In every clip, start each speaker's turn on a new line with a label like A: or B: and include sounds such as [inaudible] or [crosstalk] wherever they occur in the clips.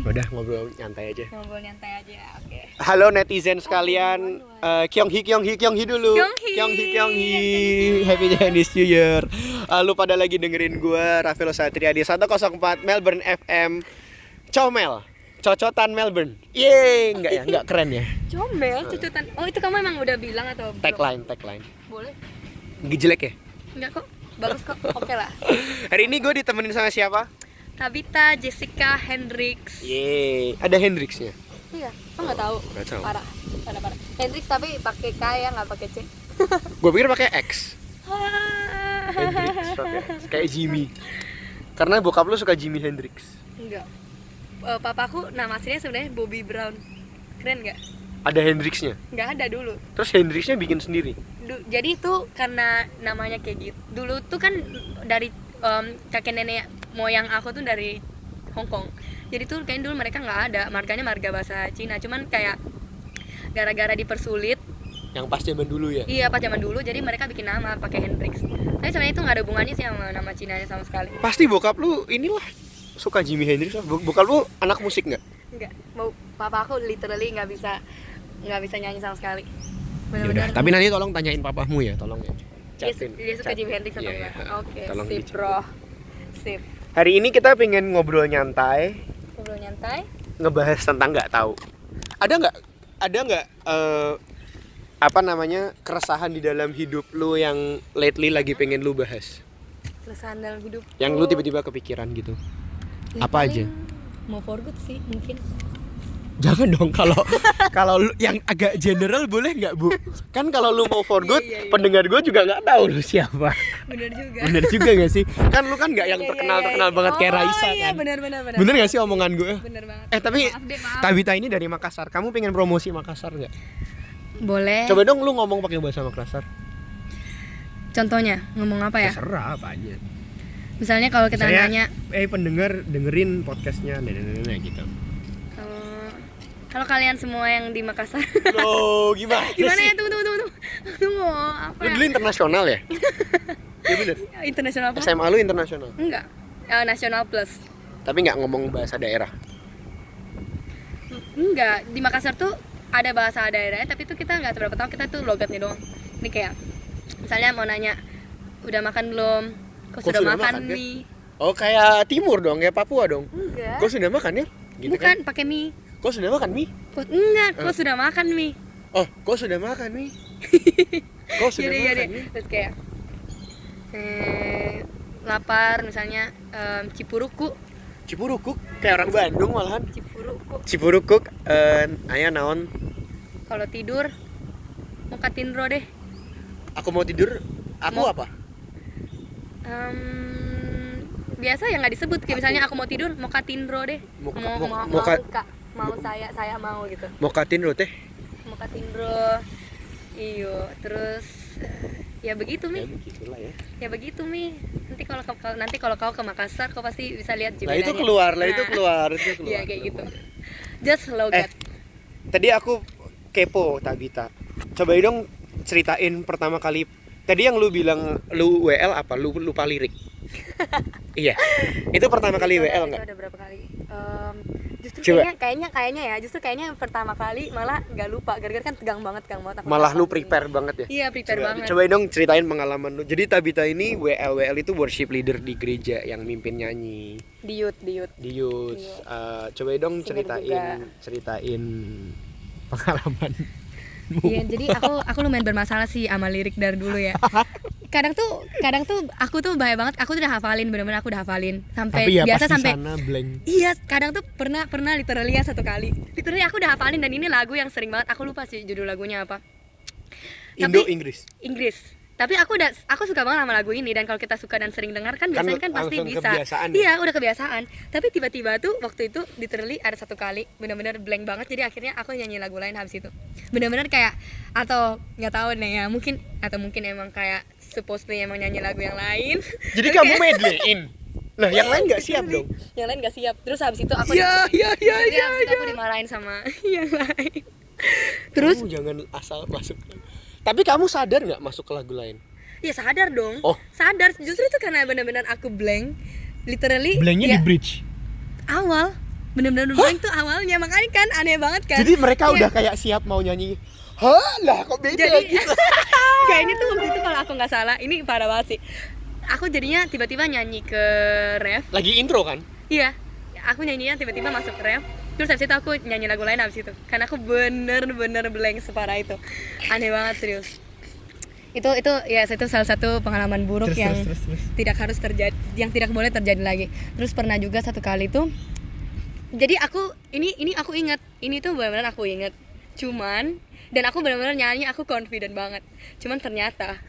A: udah ngobrol nyantai aja.
B: Ngobrol nyantai aja, oke.
A: Halo netizen sekalian, eh Kyonghi Kyonghi Kyonghi dulu.
B: Kyunghi.
A: Kyonghi Kyonghi. Happy Chinese New Year. Eh, lu pada lagi dengerin gua Raffi Satria di 104 Melbourne FM. Comel. Cocotan Melbourne. Yeay, enggak ya, enggak keren ya.
B: Comel, cucutan. Oh, itu kamu emang udah bilang atau belum?
A: Tagline, tagline.
B: Boleh.
A: Nggak Jelek ya?
B: Enggak kok. Bagus
A: [laughs]
B: kok. Oke lah.
A: Hari ini gue ditemenin sama siapa?
B: Tabita, Jessica, Hendrix.
A: Yeay, ada Hendrixnya.
B: Iya, kok nggak tahu?
A: Iya. Nggak tahu.
B: Parah. Parah, parah. Hendrix tapi pakai K ya, nggak pakai C.
A: Gue pikir pakai X.
B: Hahaha.
A: Hendrix pakai X. kayak Jimmy. Karena bokap lu suka Jimi Hendrix.
B: Enggak. Eh, papaku nama aslinya sebenarnya Bobby Brown. Keren nggak?
A: Ada Hendrixnya.
B: Nggak ada dulu.
A: Terus Hendrixnya bikin sendiri.
B: Du- jadi itu karena namanya kayak gitu. Dulu tuh kan dari em, kakek nenek moyang aku tuh dari Hong Kong. Jadi tuh kayaknya dulu mereka nggak ada marganya marga bahasa Cina. Cuman kayak gara-gara dipersulit
A: Yang pas zaman dulu ya.
B: iya pas zaman dulu jadi mereka bikin nama pakai Hendrix tapi sebenarnya itu nggak ada hubungannya sih sama nama Cina sama sekali
A: Pasti bokap lu inilah suka Jimi Hendrix. lah. Bo- Bokap lu anak musik nggak?
B: nggak mau papa aku literally nggak bisa nggak bisa nyanyi sama sekali
A: Yaudah,
B: Bener-bener.
A: tapi nanti tolong tanyain papamu ya, tolong ya.
B: dia,
A: Chatin.
B: Iya, dia suka
A: Chatin.
B: Jimi Hendrix atau
A: Iya,
B: enggak?
A: iya.
B: Oke,
A: Tolong
B: sip
A: dicek.
B: bro. Sip.
A: Hari ini kita pengen ngobrol nyantai,
B: Ngobrol nyantai.
A: ngebahas tentang nggak tahu. Ada nggak? Ada nggak? eh, apa namanya keresahan di dalam hidup lu yang lately lagi pengen lu bahas?
B: Keresahan dalam hidup.
A: Yang lu tiba-tiba kepikiran gitu?
B: Ya,
A: apa aja?
B: paling Mau for good sih mungkin. [laughs]
A: Jangan dong kalau [laughs] kalau lu yang agak general boleh nggak bu? Kan kalau lu mau for good,
B: Iya, iya, iya.
A: pendengar gue juga nggak tahu lu siapa.
B: Bener juga.
A: Bener juga gak sih? Kan lu kan nggak yang
B: Iya, iya,
A: terkenal
B: iya,
A: terkenal
B: iya.
A: banget kayak
B: Oh, iya,
A: Raisa kan?
B: bener bener bener.
A: Bener gak sih omongan gue?
B: Bener banget.
A: Eh tapi
B: Maaf deh, maaf.
A: Tabita ini dari Makassar. Kamu pengen promosi Makassar nggak?
B: Boleh.
A: Coba dong lu ngomong pakai bahasa Makassar.
B: Contohnya ngomong apa ya?
A: Terserah apa aja.
B: Misalnya kalau kita
A: Misalnya,
B: nanya
A: eh pendengar dengerin podcastnya nenek-nenek
B: [laughs]
A: gitu.
B: eh, kalau kalian semua yang di Makassar [laughs]
A: Loh, gimana?
B: gimana
A: sih?
B: ya tunggu tunggu tunggu tunggu tunggu apa
A: Lu
B: ya?
A: dulu internasional ya? Iya bener.
B: internasional apa
A: SMA lu internasional,
B: enggak Eh, nasional plus
A: tapi nggak ngomong bahasa daerah.
B: Enggak, di Makassar tuh ada bahasa daerahnya tapi tuh kita nggak seberapa tahu kita tuh logatnya doang. Ini kayak misalnya mau nanya udah makan belum? Kok
A: Kok
B: sudah,
A: sudah
B: makan,
A: makan, Dek?
B: mie?
A: Oh kayak timur dong, kayak Papua dong.
B: Enggak.
A: Kau sudah makan ya? Gitu
B: Bukan
A: kan?
B: pakai mie.
A: Kau sudah makan mie?
B: Kok enggak,
A: Eh.
B: kok sudah makan mie?
A: Oh, kau sudah makan
B: [laughs]
A: mie? Kau sudah
B: Jadi jadi
A: makan ya? mie?
B: terus kayak eh, lapar misalnya em, cipuruku,
A: Cipurukuk kayak orang Bandung malahan.
B: cipuruku.
A: Cipurukuk eh ayah naon?
B: Kalau tidur mau katinro deh.
A: Aku mau tidur. Aku
B: Mau-
A: apa?
B: Em, biasa yang nggak disebut kayak misalnya aku mau tidur mau katinro deh
A: Mau-
B: mau
A: mau-
B: mau,
A: mau
B: mau,
A: ka-
B: Kak. mau saya saya mau gitu
A: Mau katin lo teh?
B: mau katinro iyo terus eh, ya begitu mi
A: Ya begitulah ya.
B: ya begitu mi nanti kalau kau- kau- nanti kalau kau ke Makassar kau pasti bisa lihat
A: Lah itu
B: Jimedanya.
A: keluar, lah itu
B: Nah,
A: keluar, itu keluar.
B: [laughs] iya kayak gitu just logat
A: Eh, tadi aku kepo Tabita. Coba dong ceritain pertama kali. Tadi yang lu bilang lu WL apa? Lu lupa
B: [laughs]
A: lirik. iya. Itu pertama kali
B: Itu-
A: WL
B: itu
A: nggak?
B: ada berapa kali Em, justru
A: Coba.
B: kayaknya kayaknya kayaknya ya justru kayaknya yang pertama kali malah nggak lupa gara-gara kan tegang banget tegang banget aku
A: Malah lu
B: takut.
A: prepare banget ya.
B: iya prepare
A: Coba,
B: banget
A: coba dong ceritain pengalaman lu. Jadi Tabita ini WL WL itu worship leader di gereja yang mimpin nyanyi.
B: diut
A: [laughs]
B: diut
A: Di youth.
B: Iya.
A: Eh, coba dong
B: Singer
A: ceritain
B: juga.
A: ceritain pengalaman.
B: Iya, jadi aku aku lumayan bermasalah sih sama lirik dari dulu
A: [laughs]
B: ya. Kadang tuh kadang tuh aku tuh bahaya banget. Aku tuh udah hafalin bener-bener aku udah hafalin sampai
A: Tapi ya
B: biasa
A: pas di
B: sampai
A: sana blank.
B: Iya, kadang tuh pernah pernah literally ya satu kali. Literally aku udah hafalin dan ini lagu yang sering banget aku lupa sih judul lagunya apa.
A: Indo
B: Tapi-
A: Inggris.
B: Inggris. Tapi aku udah aku suka banget sama lagu ini dan kalau kita suka dan sering dengar kan
A: Kan
B: biasanya kan pasti
A: langsung
B: bisa.
A: kebiasaan ya?
B: Iya, udah kebiasaan. Tapi tiba-tiba tuh waktu itu literally ada satu kali bener-bener blank banget jadi akhirnya aku nyanyi lagu lain habis itu. Bener-bener kayak atau nggak tahu nih ya, mungkin atau mungkin emang kayak supposedly emang nyanyi lagu yang lain. [laughs]
A: Jadi
B: Tapi
A: kamu
B: kayak-
A: medleyin. Lah yang lain nggak
B: Iya.
A: siap dong.
B: Yang lain nggak siap. Terus habis itu aku
A: Iya iya iya
B: Jadi
A: iya.
B: habis itu aku dimarahin sama [laughs] yang lain. Terus
A: Kamu jangan asal masuk. Tapi kamu sadar nggak masuk ke lagu lain?
B: ya sadar dong.
A: Oh.
B: Sadar justru itu karena benar-benar aku blank. Literally
A: Blanknya
B: ya,
A: di bridge.
B: awal bener-bener blank tuh awalnya makanya kan aneh banget kan
A: Jadi mereka
B: Iya.
A: udah kayak siap mau nyanyi. Hah, lah kok beda
B: [laughs] jadi
A: gitu.
B: [laughs] kayaknya tuh waktu itu kalau aku nggak salah ini parah banget sih aku jadinya tiba-tiba nyanyi ke ref
A: Lagi intro kan?
B: iya aku nyanyinya tiba-tiba masuk ke ref terus habis itu aku nyanyi lagu lain habis itu karena aku bener-bener blank separah itu aneh banget serius itu itu ya itu salah satu pengalaman buruk
A: Terus,
B: yang
A: terus, terus, terus.
B: tidak harus terjadi yang tidak boleh terjadi lagi terus pernah juga satu kali tuh jadi aku ini ini aku ingat ini tuh benar-benar aku ingat cuman dan aku benar-benar nyanyi aku confident banget cuman ternyata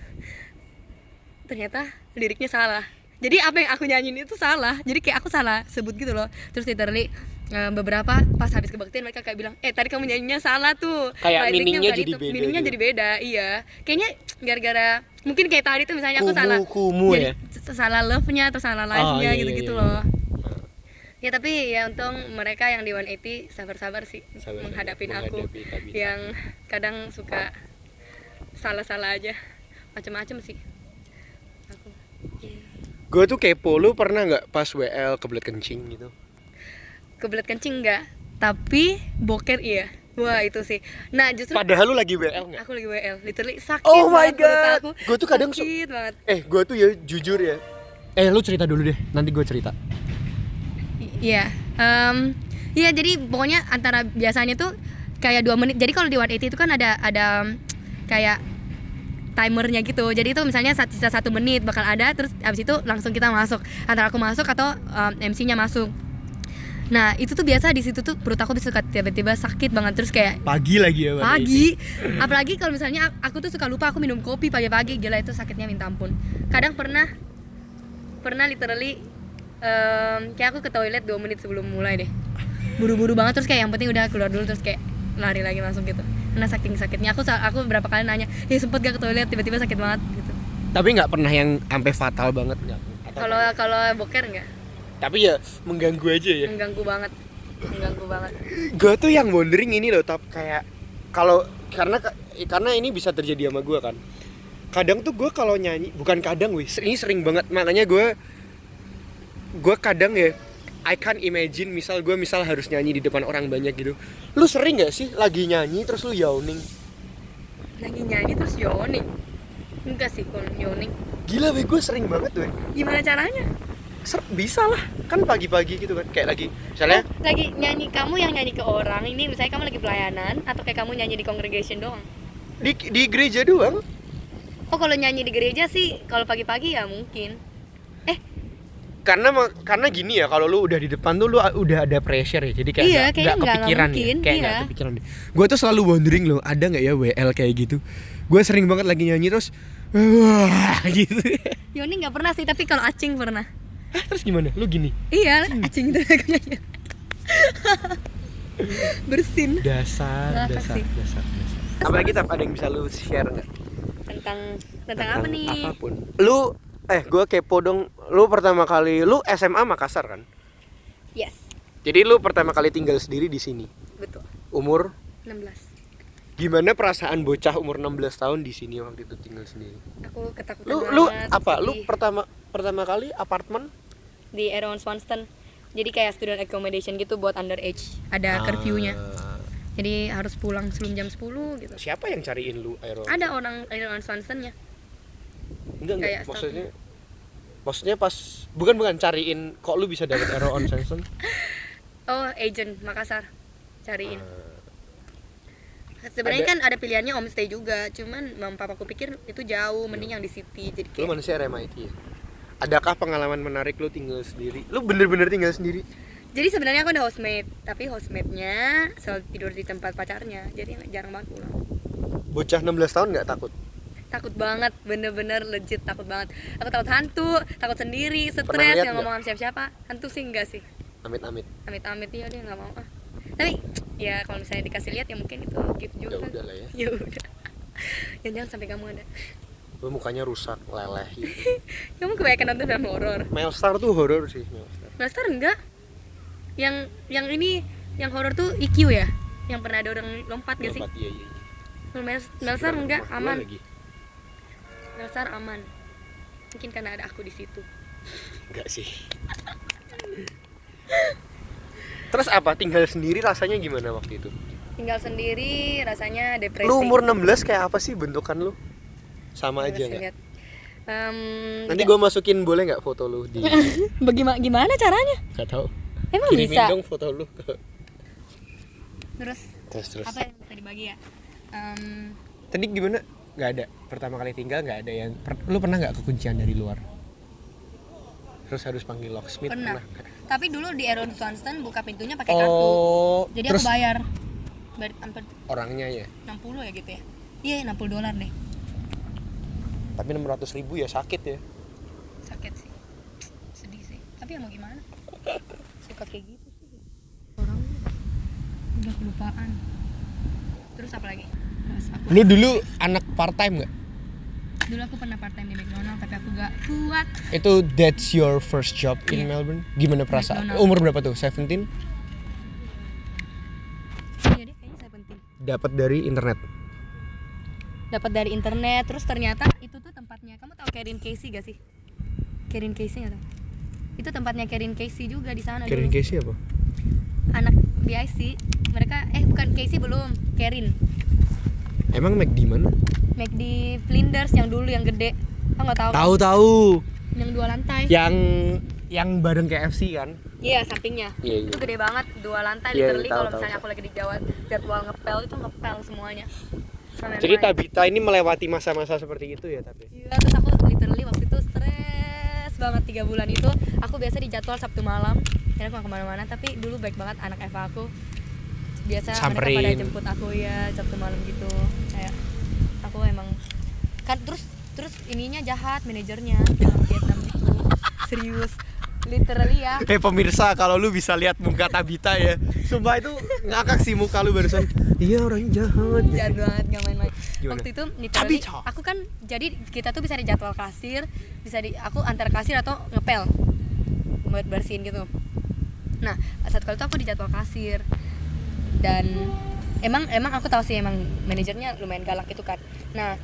B: ternyata liriknya salah jadi apa yang aku nyanyiin itu salah jadi kayak aku salah sebut gitu loh terus literally eh, beberapa pas habis kebaktian mereka kayak bilang eh tadi kamu nyanyinya salah tuh liriknya
A: Kayak meaningnya
B: bukan
A: jadi
B: itu."
A: beda
B: meaningnya
A: gitu.
B: jadi beda iya kayaknya gara-gara mungkin kayak tadi tuh misalnya aku
A: Kumu-
B: salah
A: kumu
B: jadi
A: ya?
B: s- salah love-nya atau salah
A: Oh,
B: live-nya
A: iya, iya,
B: gitu-gitu
A: iya.
B: loh ya tapi ya untung mereka yang di 180 sabar-sabar sih
A: Sabar-sabar,
B: menghadapin aku
A: menghadapi tabita.
B: yang kadang suka salah-salah aja macam-macam sih aku
A: Gue tuh kepo, lu pernah nggak pas WL kebelet kencing gitu?
B: kebelet kencing enggak tapi boker iya wah itu sih nah justru
A: Padahal lu lagi WL nggak?
B: aku lagi WL literally sakit
A: Oh my
B: banget perut
A: God.
B: aku
A: Gua tuh kadang su-
B: sakit banget
A: Eh, gue tuh ya jujur ya. Eh, lu cerita dulu deh. Nanti gue cerita.
B: I- Iya. Em, Iya, jadi pokoknya antara biasanya tuh kayak dua menit. Jadi kalau di 180 itu kan ada ada em, kayak timernya gitu. Jadi itu misalnya sat- sisa satu menit bakal ada, terus abis itu langsung kita masuk. Antara aku masuk atau MC-nya masuk. Nah itu tuh biasa di situ tuh perut aku tuh suka tiba-tiba sakit banget terus kayak
A: Pagi lagi ya, Pak.
B: pagi apalagi kalau misalnya ak- aku tuh suka lupa aku minum kopi pagi-pagi gila itu sakitnya minta ampun kadang pernah pernah literally em, kayak aku ke toilet dua menit sebelum mulai deh buru-buru banget terus kayak yang penting udah keluar dulu terus kayak lari lagi langsung gitu karena saking sakitnya aku sa- aku berapa kali nanya ya sempet gak ke toilet tiba-tiba sakit banget gitu
A: Tapi nggak pernah yang sampai fatal banget nggak? Atau-
B: kalau kalau boker nggak
A: Tapi ya mengganggu aja ya.
B: mengganggu banget mengganggu banget
A: gue tuh yang wondering ini loh tap kayak kalau karena karena ini bisa terjadi sama gue kan kadang tuh gue kalau nyanyi bukan kadang wih ini sering banget makanya gue gue kadang ya I can't imagine misal gue misal harus nyanyi di depan orang banyak gitu lu sering gak sih lagi nyanyi terus lu yawning
B: lagi nyanyi terus yawning enggak sih kalau yawning
A: gila weh gue sering banget weh
B: gimana caranya
A: Ser- bisa lah kan pagi-pagi gitu kan kayak lagi misalnya
B: Oh, lagi nyanyi kamu yang nyanyi ke orang ini misalnya kamu lagi pelayanan atau kayak kamu nyanyi di congregation doang
A: di di gereja doang
B: oh kalau nyanyi di gereja sih kalau pagi-pagi ya mungkin
A: karena ma- karena gini ya kalau lu udah di depan tuh lu a- udah ada pressure ya jadi kayak
B: Iya,
A: nggak-
B: kayaknya nggak-
A: nggak
B: nggak
A: kepikiran ya.
B: mungkin,
A: kayak
B: iya.
A: nggak kepikiran gue tuh selalu wondering loh ada nggak ya WL kayak gitu gue sering banget lagi nyanyi terus wah [laughs] gitu
B: Yoni nggak pernah sih tapi kalau acing pernah
A: Hah, terus gimana lu gini
B: iya
A: Hmm.
B: acing itu aku nyanyi [laughs] bersin
A: dasar
B: Nggak
A: dasar
B: kasih.
A: dasar dasar apalagi tap ada yang bisa lu share nggak
B: tentang tentang apa nih
A: apapun lu eh gue kepo dong lu pertama kali lu SMA Makassar kan
B: yes
A: jadi lu pertama kali tinggal sendiri di sini
B: betul
A: umur
B: 16
A: gimana perasaan bocah umur 16 tahun di sini waktu itu tinggal sendiri
B: aku ketakutan
A: lu lu
B: banget,
A: apa lu
B: sedih.
A: pertama pertama kali apartemen
B: di Aaron Swanston jadi kayak student accommodation gitu buat underage ada Ya,
A: Ah.
B: curfew-nya jadi harus pulang sebelum jam 10 gitu
A: Nah, siapa yang cariin lu Aero
B: ada orang Aaron Swanstonnya
A: enggak enggak
B: kayak
A: maksudnya maksudnya pas bukan bukan cariin kok lu bisa dapet Aero on Samsung
B: oh agent Makassar cariin
A: Ah. ada-
B: sebenarnya kan ada pilihannya homestay juga cuman mam papaku pikir itu jauh mending yang di city jadi
A: Iya. lu
B: kayak
A: manusia RMIT ya adakah pengalaman menarik lu tinggal sendiri lu bener-bener tinggal sendiri
B: jadi sebenarnya aku ada housemate tapi housemate-nya selalu tidur di tempat pacarnya jadi jarang banget pulang
A: bocah 16 tahun nggak takut
B: takut banget bener-bener legit takut banget aku takut hantu takut sendiri
A: Pernah
B: stres
A: lihat
B: nggak
A: nggak?
B: ngomong sama siapa-siapa hantu sih enggak sih
A: amit-amit
B: amit-amit ya dia nggak mau ah tapi ya kalau misalnya dikasih lihat ya mungkin itu gift
A: ya
B: juga
A: udah lah ya
B: [laughs] ya udah Ya jangan sampai kamu ada
A: lu mukanya rusak leleh gitu.
B: kamu kebanyakan nonton film horor
A: Melstar tuh horor sih Melstar
B: Blaster enggak yang yang ini yang horor tuh IQ ya yang pernah ada orang lompat gak sih
A: Lompat, iya, iya, iya.
B: Blaster
A: Seberang
B: enggak
A: rumah gua
B: aman
A: lagi.
B: Blaster aman mungkin karena ada aku di situ
A: Enggak sih Terus apa? Tinggal sendiri rasanya gimana waktu itu?
B: tinggal sendiri rasanya depresi
A: Lu umur 16 kayak apa sih bentukan lu? Sama aja
B: Terus
A: nggak?
B: lihat. Em,
A: Nanti
B: ya.
A: gue masukin boleh nggak foto lu
B: [laughs]
A: di?
B: Bagaimana gimana caranya?
A: Gak tau.
B: Emang
A: Kirimin
B: bisa?
A: dong foto lu. [laughs] ke-
B: Terus
A: Terus terus.
B: apa yang bisa dibagi ya? Em,
A: Tadi gimana? Gak ada. Pertama kali tinggal nggak ada yang. per- Lu pernah nggak kekuncian dari luar? Terus harus panggil locksmith
B: pernah.
A: pernah nggak?
B: Tapi dulu di Aaron Swanson buka pintunya pakai kartu.
A: Oh,
B: Jadi
A: terus
B: aku bayar. Bayar hampir
A: orangnya ya.
B: 60 ya gitu ya. Iya, 60 dolar deh.
A: Tapi 600 ribu ya sakit ya.
B: Sakit sih. Sedih sih. Tapi ya mau gimana? Suka kayak gitu sih. Orang udah kelupaan. Terus apa lagi? Mas, aku
A: Lu dulu anak part time nggak?
B: dulu aku pernah part time di McDonald tapi aku gak kuat.
A: Itu that's your first job
B: Iya.
A: in Melbourne. Gimana perasaan?
B: McDonald's.
A: Umur berapa tuh? 17?
B: Iya deh, kayaknya saya penting.
A: Dapat dari internet.
B: Dapat dari internet, terus ternyata itu tuh tempatnya. Kamu tahu Karen Casey gak sih? Karen Casey gak tahu? Itu tempatnya Karen Casey juga di sana
A: Kirim
B: dulu.
A: Casey apa?
B: Anak BIC, mereka eh bukan Casey belum, Karen.
A: Emang Mac di mana?
B: McD Flinders yang dulu yang gede. Aku nggak tahu.
A: Tahu Ya. tahu.
B: Yang dua lantai. Iya,
A: Yang yang bareng KFC kan?
B: sampingnya.
A: Iya
B: Itu gede banget, dua lantai
A: Iya,
B: literally
A: tahu,
B: kalau
A: tahu,
B: misalnya
A: tahu.
B: aku lagi di Jawa, jadwal ngepel itu ngepel semuanya. Sama yang
A: Jadi
B: lain.
A: Tabita ini melewati masa-masa seperti itu ya tapi.
B: Iya, terus aku literally waktu itu stres banget tiga bulan itu. Aku biasa di jadwal Sabtu malam, karena aku gak kemana-mana. Tapi dulu baik banget anak Eva aku. Biasa mereka pada
A: Samperin.
B: jemput aku ya Sabtu malam gitu. Kayak aku emang kan terus terus ininya jahat manajernya orang Vietnam gitu. Serius, literally ya.
A: Eh pemirsa kalau lu bisa lihat muka Tabita ya. Sumpah itu ngakak sih muka lu barusan. Iya orangnya jahat.
B: jahat banget nggak main-main
A: Gimana?
B: waktu itu literally
A: Tapi, Cok.
B: aku kan jadi kita tuh bisa di jadwal kasir bisa di aku antar kasir atau ngepel buat bersihin gitu nah saat kali itu aku di jadwal kasir dan emang emang aku tahu sih emang manajernya lumayan galak gitu kan nah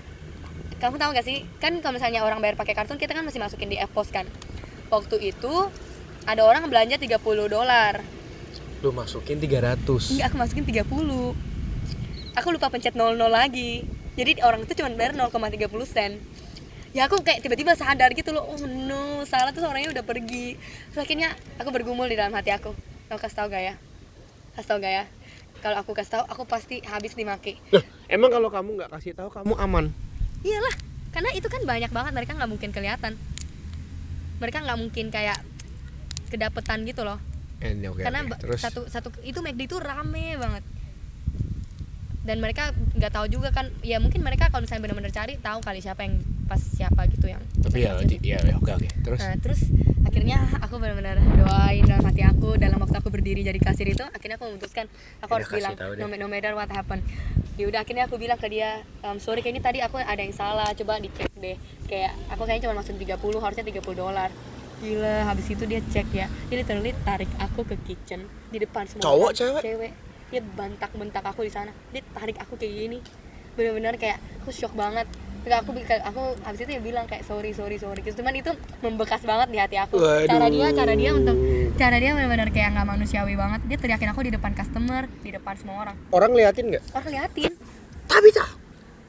B: kamu tahu gak sih kan kalau misalnya orang bayar pakai kartu kita kan masih masukin di F-Pos kan waktu itu ada orang belanja 30 dolar
A: Lu masukin 300.
B: Iya, aku masukin 30. Aku lupa pencet 00 lagi. Jadi orang itu cuma bayar 0,30 sen. Ya aku kayak tiba-tiba sadar gitu loh, oh no, salah tuh orangnya udah pergi. Terus akhirnya aku bergumul di dalam hati aku. Mau kasih tau gak ya? Kasih tau gak ya? Kalau aku kasih tau, aku pasti habis dimaki.
A: Loh, emang kalau kamu nggak kasih tahu kamu aman.
B: Iyalah, karena itu kan banyak banget mereka nggak mungkin kelihatan. Mereka nggak mungkin kayak kedapetan gitu loh.
A: Eh, oke,
B: karena
A: oke.
B: ba- satu satu itu McD itu rame banget dan mereka nggak tahu juga kan ya mungkin mereka kalau misalnya benar-benar cari tahu kali siapa yang pas siapa gitu yang
A: tapi ya
B: yang-
A: ya oke oke. Terus
B: Nah, terus akhirnya aku benar-benar doain dalam hati aku dalam waktu aku berdiri jadi kasir itu akhirnya aku memutuskan aku
A: Udah,
B: harus
A: Iya, kasih
B: bilang
A: tahu deh.
B: no, ma- no matter what happen ya udah akhirnya aku bilang ke dia "Em, sorry kayaknya tadi aku ada yang salah coba dicek deh kayak aku kayaknya cuma masukin 30 harusnya 30 dolar gila habis itu dia cek ya dia literally tarik aku ke kitchen di depan semua
A: Cowok,
B: orang.
A: cewek?
B: cewek dia bantak-bentak aku di sana dia tarik aku kayak gini benar-benar kayak aku shock banget Terus aku bi- aku habis itu ya bilang kayak sorry sorry sorry gitu cuman itu membekas banget di hati aku cara dia cara dia untuk cara dia benar-benar kayak nggak manusiawi banget dia teriakin aku di depan customer di depan semua orang
A: orang liatin nggak?
B: orang liatin
A: Tabita.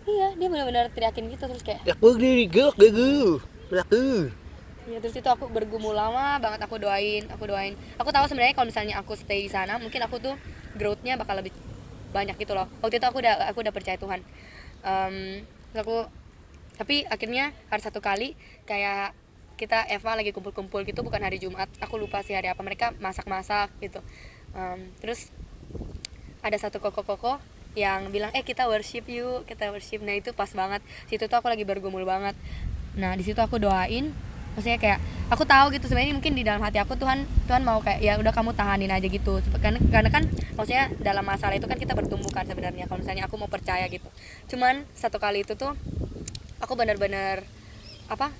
B: iya dia benar-benar teriakin gitu terus kayak
A: Laku diri gak gagu. Laku.
B: ya terus itu aku bergumul lama banget aku doain aku doain aku tahu sebenarnya kalau misalnya aku stay di sana mungkin aku tuh growth-nya bakal lebih banyak gitu loh waktu itu aku udah aku udah percaya Tuhan Em, terus aku tapi akhirnya hari satu kali kayak kita Eva lagi kumpul-kumpul gitu bukan hari Jumat aku lupa sih hari apa mereka masak-masak gitu Em, terus ada satu koko-koko yang bilang eh kita worship yuk kita worship nah itu pas banget situ tuh aku lagi bergumul banget nah di situ aku doain maksudnya kayak aku tahu gitu sebenarnya mungkin di dalam hati aku Tuhan Tuhan mau kayak ya udah kamu tahanin aja gitu karena karena kan maksudnya dalam masalah itu kan kita bertumbuh kan sebenarnya kalau misalnya aku mau percaya gitu cuman satu kali itu tuh aku benar-benar apa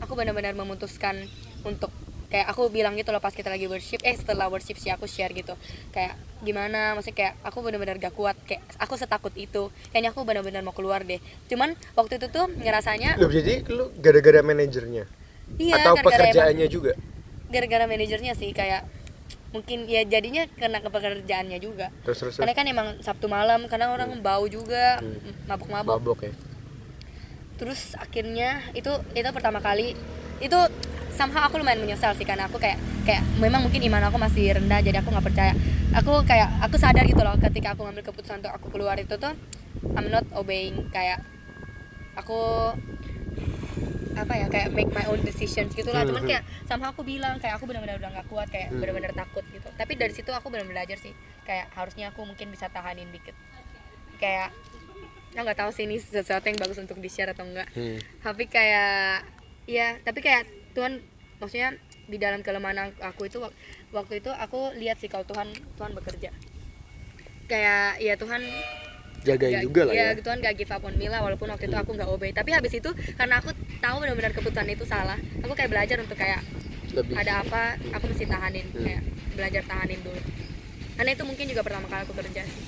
B: aku benar-benar memutuskan untuk kayak aku bilang gitu loh pas kita lagi worship eh setelah worship sih aku share gitu kayak gimana maksudnya kayak aku benar-benar gak kuat kayak aku setakut itu kayaknya aku benar-benar mau keluar deh cuman waktu itu tuh ngerasanya
A: Loh, jadi lu gara-gara manajernya
B: iya gara-gara
A: atau
B: emang-
A: pekerjaannya juga?
B: gara-gara manajernya sih kayak mungkin ya jadinya kena ke pekerjaannya juga
A: Terus terus.
B: karena kan emang Sabtu malam karena orang bau juga
A: Hmm.
B: m- mabuk-mabuk
A: Babok ya.
B: terus akhirnya itu itu pertama kali itu somehow aku lumayan menyesal sih karena aku kayak kayak memang mungkin iman aku masih rendah jadi aku nggak percaya aku kayak aku sadar gitu loh ketika aku ngambil keputusan untuk aku keluar itu tuh I'm not obeying kayak aku apa ya kayak make my own decisions gitu lah cuman
A: Mhm.
B: kayak somehow aku bilang kayak aku benar-benar udah nggak kuat kayak
A: Mhm.
B: benar-benar takut gitu tapi dari situ aku benar belajar sih kayak harusnya aku mungkin bisa tahanin dikit kayak aku nggak tahu sih ini sesuatu yang bagus untuk di share atau enggak
A: Hmm.
B: tapi kayak ya tapi kayak Tuhan maksudnya di dalam kelemahan aku itu wak- waktu itu aku lihat sih kalau Tuhan Tuhan bekerja kayak ya Tuhan
A: Jagain
B: nggak-
A: juga lah ya.
B: iya, Tuhan gak give up on me lah walaupun waktu itu aku nggak obey tapi habis itu karena aku tahu benar-benar keputusan itu salah aku kayak belajar untuk kayak
A: Lebih.
B: ada apa aku mesti tahanin
A: Hmm.
B: kayak belajar tahanin dulu karena itu mungkin juga pertama kali aku kerja sih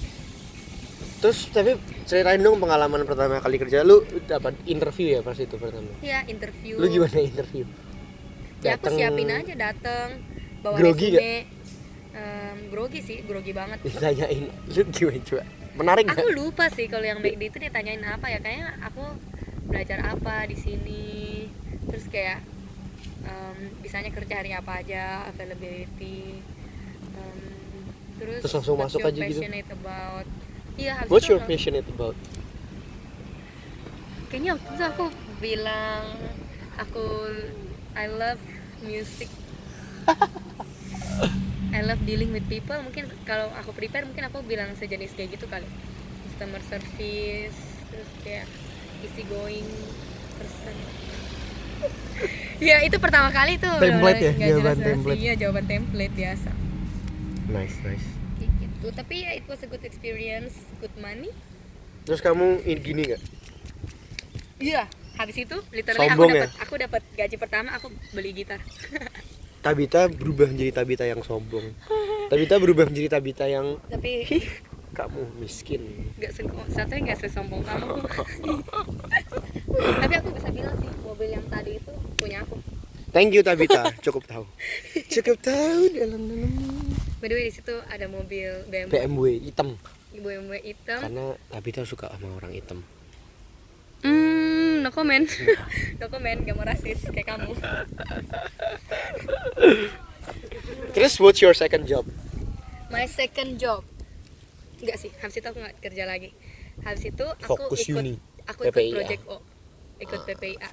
A: Terus tapi ceritain dong pengalaman pertama kali kerja lu dapat interview ya pas itu pertama.
B: ya interview
A: Lu gimana interview?
B: ya aku
A: Dateng-
B: siapin aja dateng bawa
A: Grogi
B: resume Em, grogi sih grogi banget
A: Ditanyain [laughs] lu gimana coba? Menarik
B: aku
A: gak?
B: lupa sih kalau yang baik itu ditanyain apa ya kayaknya aku belajar apa di sini terus kayak em, bisanya kerja hari apa aja availability em, terus
A: Terus langsung
B: what's
A: masuk
B: your
A: aja gitu?
B: passionate about iya habis
A: What's
B: itu
A: your passionate about?
B: kayaknya waktu itu aku bilang aku I love music I love dealing with people mungkin kalau aku prepare mungkin aku bilang sejenis kayak gitu kali customer service terus kayak easy going person [laughs] ya itu pertama kali tuh
A: Template ya,
B: Nggak jelas
A: jawaban
B: banget sih.
A: template.
B: iya jawaban template biasa
A: Nice, nice.
B: kayak gitu tapi ya it was a good experience good money
A: Terus kamu in- gini gak?
B: Iya, habis itu literally aku
A: Sombong ya?
B: dapat aku dapat gaji pertama aku beli gitar.
A: Tabita berubah menjadi Tabita yang sombong. Tabita berubah menjadi Tabita yang
B: Tapi
A: kamu miskin.
B: nggak sengko- satu nggak sesombong kamu.
A: [laughs]
B: Tapi aku bisa bilang sih mobil yang tadi itu punya aku.
A: Thank you [laughs] Tabita, cukup tahu. Cukup tahu dalam dalam
B: By the way di situ ada mobil BMW,
A: BMW hitam
B: BMW hitam.
A: karena Tabita suka sama orang hitam.
B: Hmm, no comment.
A: Iya.
B: [laughs] no comment, gak mau rasis kayak kamu.
A: [laughs] Terus what's your second job?
B: My second job. Enggak sih, habis itu aku nggak kerja lagi. Habis itu aku
A: Fokus
B: ikut
A: uni. Ah.
B: aku ikut
A: PPIA.
B: project O. Ikut PPIA.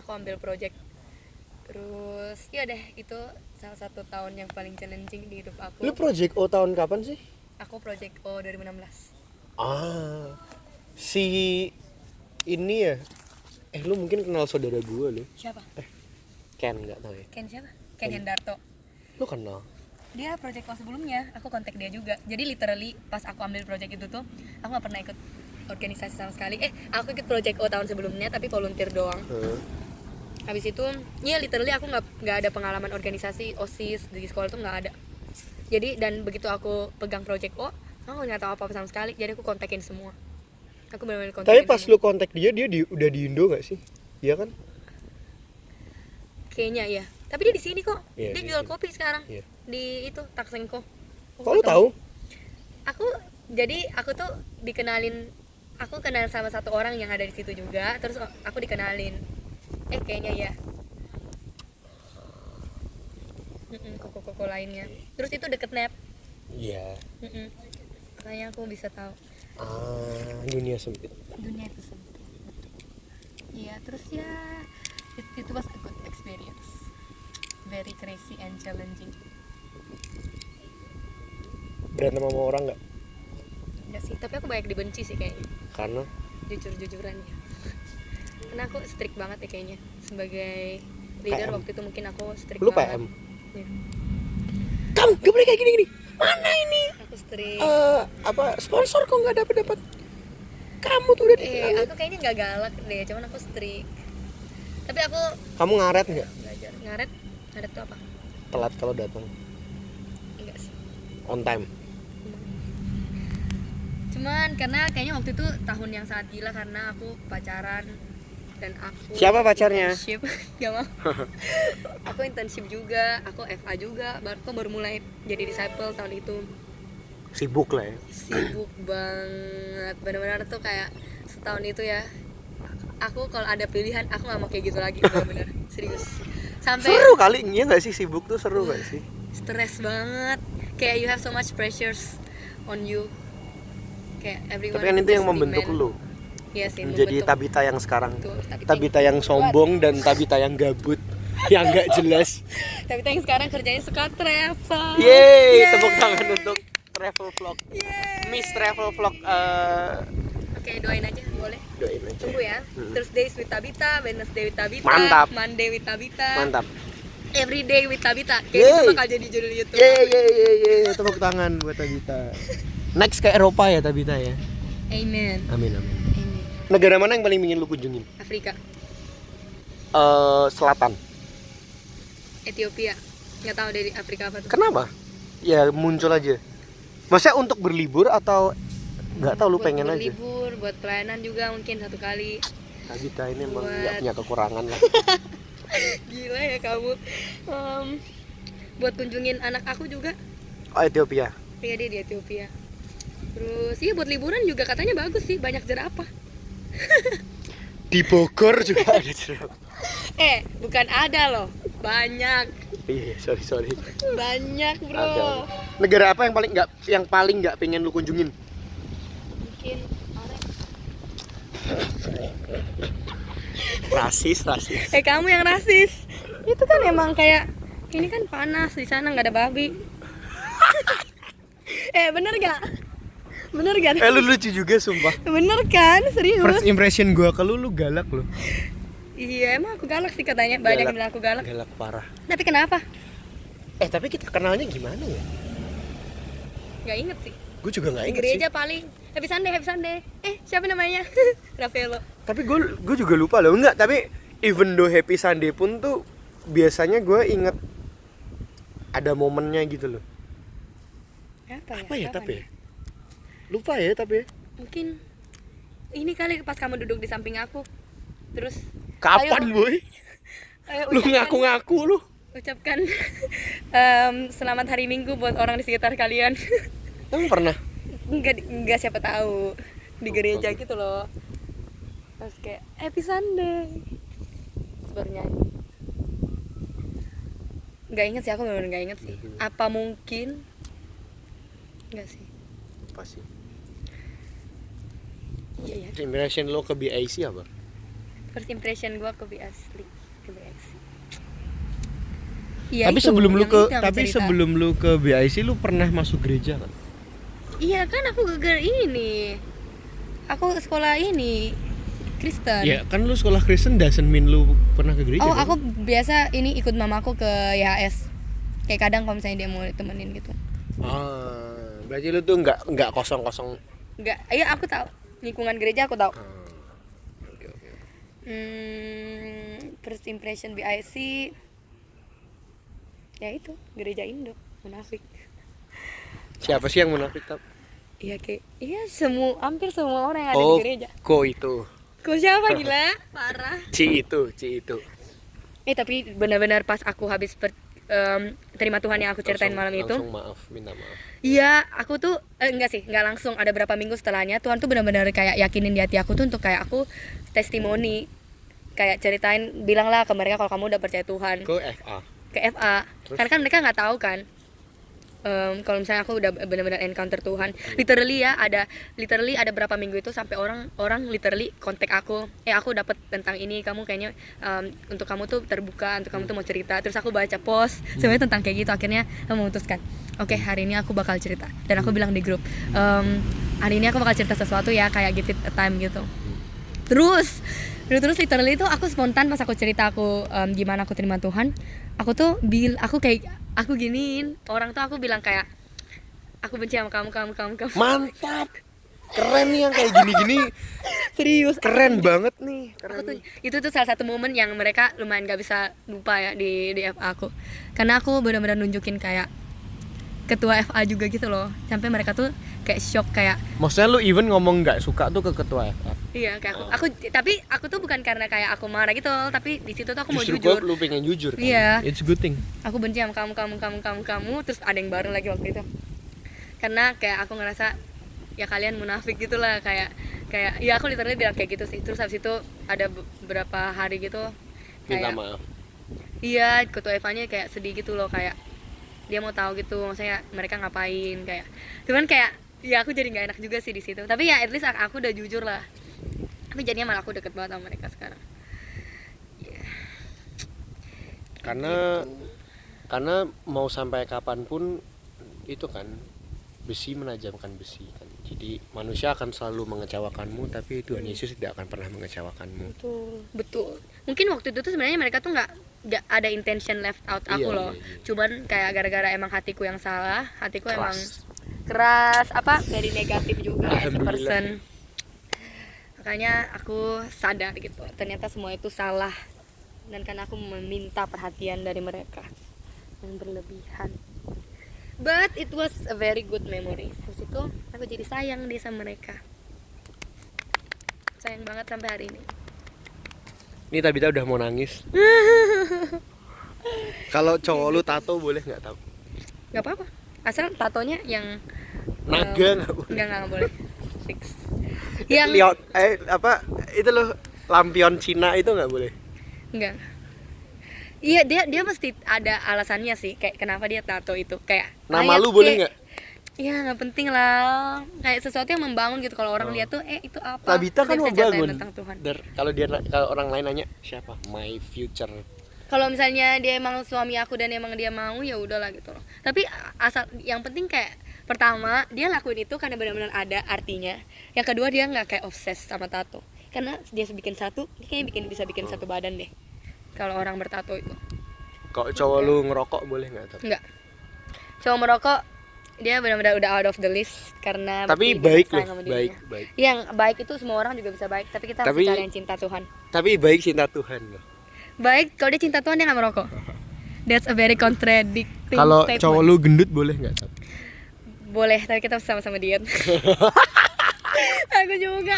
B: Aku ambil project. Terus ya deh itu salah satu tahun yang paling challenging di hidup aku.
A: Lu project O tahun kapan sih?
B: aku project O 2016.
A: Ah, si ini ya. Eh lu mungkin kenal saudara gua lu.
B: Siapa?
A: Ken nggak tahu ya.
B: Ken siapa? Ken Hendarto.
A: Lu kenal?
B: Dia project O sebelumnya, aku kontak dia juga. Jadi literally pas aku ambil project itu tuh, aku nggak pernah ikut organisasi sama sekali. Eh, aku ikut project O tahun sebelumnya tapi volunteer doang.
A: Heeh.
B: habis itu ya literally aku nggak nggak ada pengalaman organisasi osis di sekolah tuh nggak ada jadi dan begitu aku pegang project O aku nggak tahu apa apa sama sekali jadi aku kontakin semua aku benar-benar
A: Tapi
B: kontakin
A: pas
B: semua.
A: lu kontak dia dia di, udah di Indo nggak sih? Iya kan?
B: kayaknya iya tapi dia di sini kok
A: Iya,
B: dia
A: di
B: jual
A: sini.
B: kopi sekarang
A: Iya.
B: di itu Oh, Taksengko
A: Kok lu Oh, tahu?
B: aku jadi aku tuh dikenalin aku kenal sama satu orang yang ada di situ juga terus aku dikenalin eh kayaknya ya koko koko lainnya terus itu deket nap
A: Iya.
B: Mm-mm. makanya aku bisa tahu
A: Ah, dunia sempit.
B: dunia itu sempit iya terus ya it- itu was a good experience very crazy and challenging
A: Berantem sama orang nggak?
B: enggak sih tapi aku banyak dibenci sih kayaknya
A: Karena
B: jujur-jujuran ya karena aku strict banget ya kayaknya sebagai leader
A: PM.
B: waktu itu mungkin aku strict
A: lu
B: banget
A: PM.
B: Iya,
A: Kamu gak boleh kayak gini gini. Mana ini?
B: aku strict
C: Oh,
A: Eh, apa sponsor kok nggak dapat dapat? Kamu tuh udah
B: eh
C: iya.
B: aku kayaknya nggak galak deh cuman aku strict tapi aku
A: Kamu ngaret nggak?
B: belajar ngaret ngaret tuh apa
A: Telat kalau datang.
B: enggak sih
A: On time.
B: cuman karena kayaknya waktu itu tahun yang sangat gila karena aku pacaran dan aku
C: Siapa pacarnya?
B: internship [laughs] gak
C: [laughs]
B: mau aku internship juga aku FA juga baru aku baru mulai jadi disciple tahun itu
C: Sibuk lah ya.
B: sibuk banget benar-benar tuh kayak setahun itu ya aku kalau ada pilihan aku nggak mau kayak gitu lagi benar-benar [laughs] serius sampai
A: Seru kali, iya nggak sih sibuk tuh seru nggak sih?
B: stres banget kayak you have so much pressures on you kayak everyone
A: Tapi kan itu yang
B: is
A: membentuk
B: demand.
A: lu
B: Iya sih,
A: menjadi
B: membentuk.
A: Tabita yang sekarang.
B: Betul, Tabita.
A: Tabita yang sombong dan Tabita
B: [laughs]
A: yang gabut yang nggak jelas.
B: Tapi yang sekarang kerjanya suka travel.
A: Iya. Yeay,
B: Yeay.
A: tepuk tangan untuk travel vlog.
B: Yeay.
A: Miss Travel Vlog eh,
B: Oke, doain aja boleh.
A: doain aja.
B: Tunggu ya.
A: Hmm.
B: Thursdays with Tabita, Wednesday with Tabita,
A: Mantap.
B: Monday with Tabita,
A: Mantap.
B: Everyday with Tabita. Kayak
A: Yeay.
B: itu bakal jadi judul YouTube.
A: Yeay, yeay, yeay, yeay, tepuk tangan buat Tabita. Next ke Eropa ya Tabita ya.
B: Amen.
A: Amin, amin.
B: Amen.
A: Negara mana yang paling ingin lu kunjungin?
B: Afrika,
A: Eh, selatan.
B: Ethiopia. Nggak tahu dari Afrika apa tuh.
A: Kenapa? Ya muncul aja. Maksudnya untuk berlibur atau nggak tahu lu
B: Buat
A: pengen aja?
B: berlibur, buat pelayanan juga mungkin satu kali. [laughs]
A: Tabita ini emang
B: Buat-
A: nggak punya kekurangan lah. [laughs]
B: Gila ya kamu. Em, buat kunjungin anak aku juga.
A: Oh Ethiopia.
B: Iya dia di Ethiopia. Terus iya buat liburan juga katanya bagus sih, banyak jerapah.
A: Di Bogor juga ada jeruk.
B: Eh, bukan ada loh. Banyak.
A: Iya, iya, sorry sorry.
B: Banyak, Bro.
A: Ada. Negara apa yang paling nggak yang paling nggak pengen lu kunjungin?
B: Mungkin
A: Rasis, rasis.
B: Eh, kamu yang rasis. Itu kan emang kayak ini kan panas di sana nggak ada babi. [laughs] eh, bener gak? Bener gak?
A: Eh lu lucu juga sumpah.
B: Bener kan? Serius?
A: First impression gua ke lu lu galak lu.
B: Iya, emang aku galak sih katanya. Banyak yang
A: Galak.
B: bilang aku galak.
A: Galak parah.
B: Tapi kenapa?
A: Eh tapi kita kenalnya gimana ya?
B: Gak inget sih.
A: Gue juga nggak
B: Di
A: inget sih.
B: gereja paling. Happy Sunday, Happy Sunday. Eh, siapa namanya? [laughs] Raffaello.
A: Tapi gue gue juga lupa loh. Enggak, tapi even though Happy Sunday pun tuh biasanya gue inget ada momennya gitu loh.
B: Apa ya?
A: Apa ya
B: Kapan
A: tapi? ya? Lupa ya tapi. ya?
B: Mungkin ini kali pas kamu duduk di samping aku. Terus
A: Kapan boy?
B: ayo [laughs]
A: Lu
B: ucapkan-
A: ngaku-ngaku lu.
B: ucapkan [laughs] em, selamat hari Minggu buat orang di sekitar kalian. [laughs]
A: Emang pernah?
B: enggak enggak siapa tahu
A: Oh,
B: di gereja gitu loh. Terus kayak happy Sunday. Terus baru nyanyi. Nggak inget sih aku benar nggak inget sih.
A: Iya.
B: Apa mungkin? Enggak sih.
A: Pasti.
B: Iya ya.
A: Impression lo ke BIC apa?
B: First impression gua ke Bi asli, ke Bi asli.
A: tapi
B: Iya, Ya, itu,
A: sebelum lu
B: yang itu
A: ke
B: yang aku
A: tapi
B: cerita.
A: sebelum lu ke BIC lu pernah masuk gereja kan?
B: Iya kan aku geger ini. Aku sekolah ini Kristen.
A: Ya kan lu sekolah Kristen doesn't mean lu pernah ke gereja.
B: Oh,
A: kan?
B: aku biasa ini ikut mamaku ke YHS. Kayak kadang kalau misalnya dia mau temenin gitu.
A: Ah, berarti lu tuh nggak nggak kosong kosong.
B: Enggak, iya aku tahu. Lingkungan gereja aku
A: Ah,
B: tahu. Hmm, first impression BIC ya itu gereja Indo munafik
A: Siapa sih yang munafik Tap?
B: iya kayak iya semua hampir semua orang yang ada di gereja
A: Oh, ko itu,
B: kok siapa gila parah
A: ci itu, ci itu.
B: Eh tapi benar-benar pas aku habis per- em, terima Tuhan yang aku ceritain malam itu,
A: Langsung- Langsung maaf, minta maaf.
B: iya aku tuh eh, enggak sih, enggak langsung ada berapa minggu setelahnya Tuhan tuh benar-benar kayak yakinin di hati aku tuh untuk kayak aku testimoni, kayak ceritain bilanglah ke mereka kalau kamu udah percaya Tuhan
A: Ko eh, ah. FA.
B: ke FA,
A: Terus?
B: karena kan mereka nggak tahu kan. em, kalau misalnya aku udah benar-benar encounter Tuhan, literally ya ada literally ada berapa minggu itu sampai orang orang literally kontak aku, eh aku dapat tentang ini, kamu kayaknya em, untuk kamu tuh terbuka, untuk kamu tuh mau cerita, terus aku baca post sebenarnya tentang kayak gitu, akhirnya aku memutuskan, oke hari ini aku bakal cerita, dan aku bilang di grup, em, hari ini aku bakal cerita sesuatu ya kayak give it a time gitu, terus terus terus literally itu aku spontan pas aku cerita aku em, gimana aku terima Tuhan aku tuh bil aku kayak aku giniin orang tuh aku bilang kayak aku benci sama kamu kamu kamu kamu
A: Mantap. Keren nih yang kayak gini-gini.
B: [laughs] serius
A: Keren banget nih.
B: aku
A: Keren.
B: tuh itu tuh salah satu momen yang mereka lumayan gak bisa lupa ya di di FA aku karena aku benar-benar nunjukin kayak ketua FA juga gitu loh sampai mereka tuh kayak shock kayak
A: Maksudnya lu even ngomong nggak suka tuh ke ketua FF.
B: iya kayak aku aku tapi aku tuh bukan karena kayak aku marah gitu tapi di situ tuh aku mau
A: Justru
B: jujur
A: gua lu pengen jujur. kan?
B: Iya.
A: It's a good thing.
B: aku benci sama kamu kamu kamu kamu kamu terus ada yang baru lagi waktu itu karena kayak aku ngerasa ya kalian munafik gitulah kayak kayak ya aku literally bilang kayak gitu sih terus habis itu ada be- beberapa hari gitu
A: Minta
B: kayak-
A: maaf.
B: iya ketua Evanya kayak sedih gitu loh kayak dia mau tahu gitu maksudnya mereka ngapain kayak cuman kayak ya aku jadi nggak enak juga sih di situ tapi ya at least aku- aku udah jujur lah tapi jadinya malah aku deket banget sama mereka sekarang
A: Karena karena mau sampai kapanpun itu kan besi menajamkan besi kan. Jadi manusia akan selalu mengecewakanmu tapi Tuhan Yesus tidak akan pernah mengecewakanmu.
B: betul betul mungkin waktu itu tuh sebenarnya mereka tuh nggak nggak ada intention left out aku
A: Iya,
B: loh
A: iya, iya.
B: cuman kayak gara-gara emang hatiku yang salah hatiku emang keras
A: Keras.
B: apa dari negatif juga as a
A: Alhamdulillah.
B: person makanya aku sadar gitu ternyata semua itu salah dan karena aku meminta perhatian dari mereka yang berlebihan but it was a very good memory terus itu aku jadi sayang deh sama mereka sayang banget sampai hari ini
A: Ini Tabita udah mau
B: [laughs]
A: nangis. Kalau cowok lu tato boleh nggak tahu?
B: nggak apa-apa asal tatonya yang
A: Naga nggak
B: nggak
A: boleh.
B: nggak nggak boleh fix yang
A: Liot, eh apa itu loh lampion Cina itu nggak boleh.
B: nggak iya dia dia mesti ada alasannya sih kayak kenapa dia tato itu kayak
A: Nama
B: kayak-
A: lu boleh
B: kayak-
A: nggak?
B: Iya nggak penting lah kayak sesuatu yang membangun gitu kalau orang lihat tuh eh itu apa
A: Tabita Oh. kan
B: Dia
A: mau
B: bisa ceritain
A: bangun.
B: tentang Tuhan
A: Der, kalau dia na- kalau orang lain nanya siapa? My future.
B: kalau misalnya dia emang suami aku dan emang dia mau ya udahlah gitu loh tapi asal yang penting kayak pertama dia lakuin itu karena benar-benar ada artinya yang kedua dia nggak kayak obses sama tato karena dia bikin satu dia kayaknya bikin bisa bikin satu badan deh kalau orang bertato itu
A: Kalau cowok lu ngerokok boleh nggak tato?
B: enggak cowok merokok dia benar-benar udah out of the list karena
A: Tapi
B: berarti dia
A: baik
B: sayang Iya,
A: loh,
B: sama
A: baik,
B: dirinya.
A: baik.
B: yang baik itu semua orang juga bisa baik tapi kita harus
A: Tapi-
B: cari yang cinta Tuhan
A: Tapi baik cinta Tuhan loh.
B: baik kalau dia cinta Tuhan dia nggak
A: [laughs]
B: merokok that's a very contradicting
A: Kalau
B: statement.
A: cowok lu gendut boleh nggak tato?
B: Boleh, tapi kita sama-sama [laughs] diet. aku juga.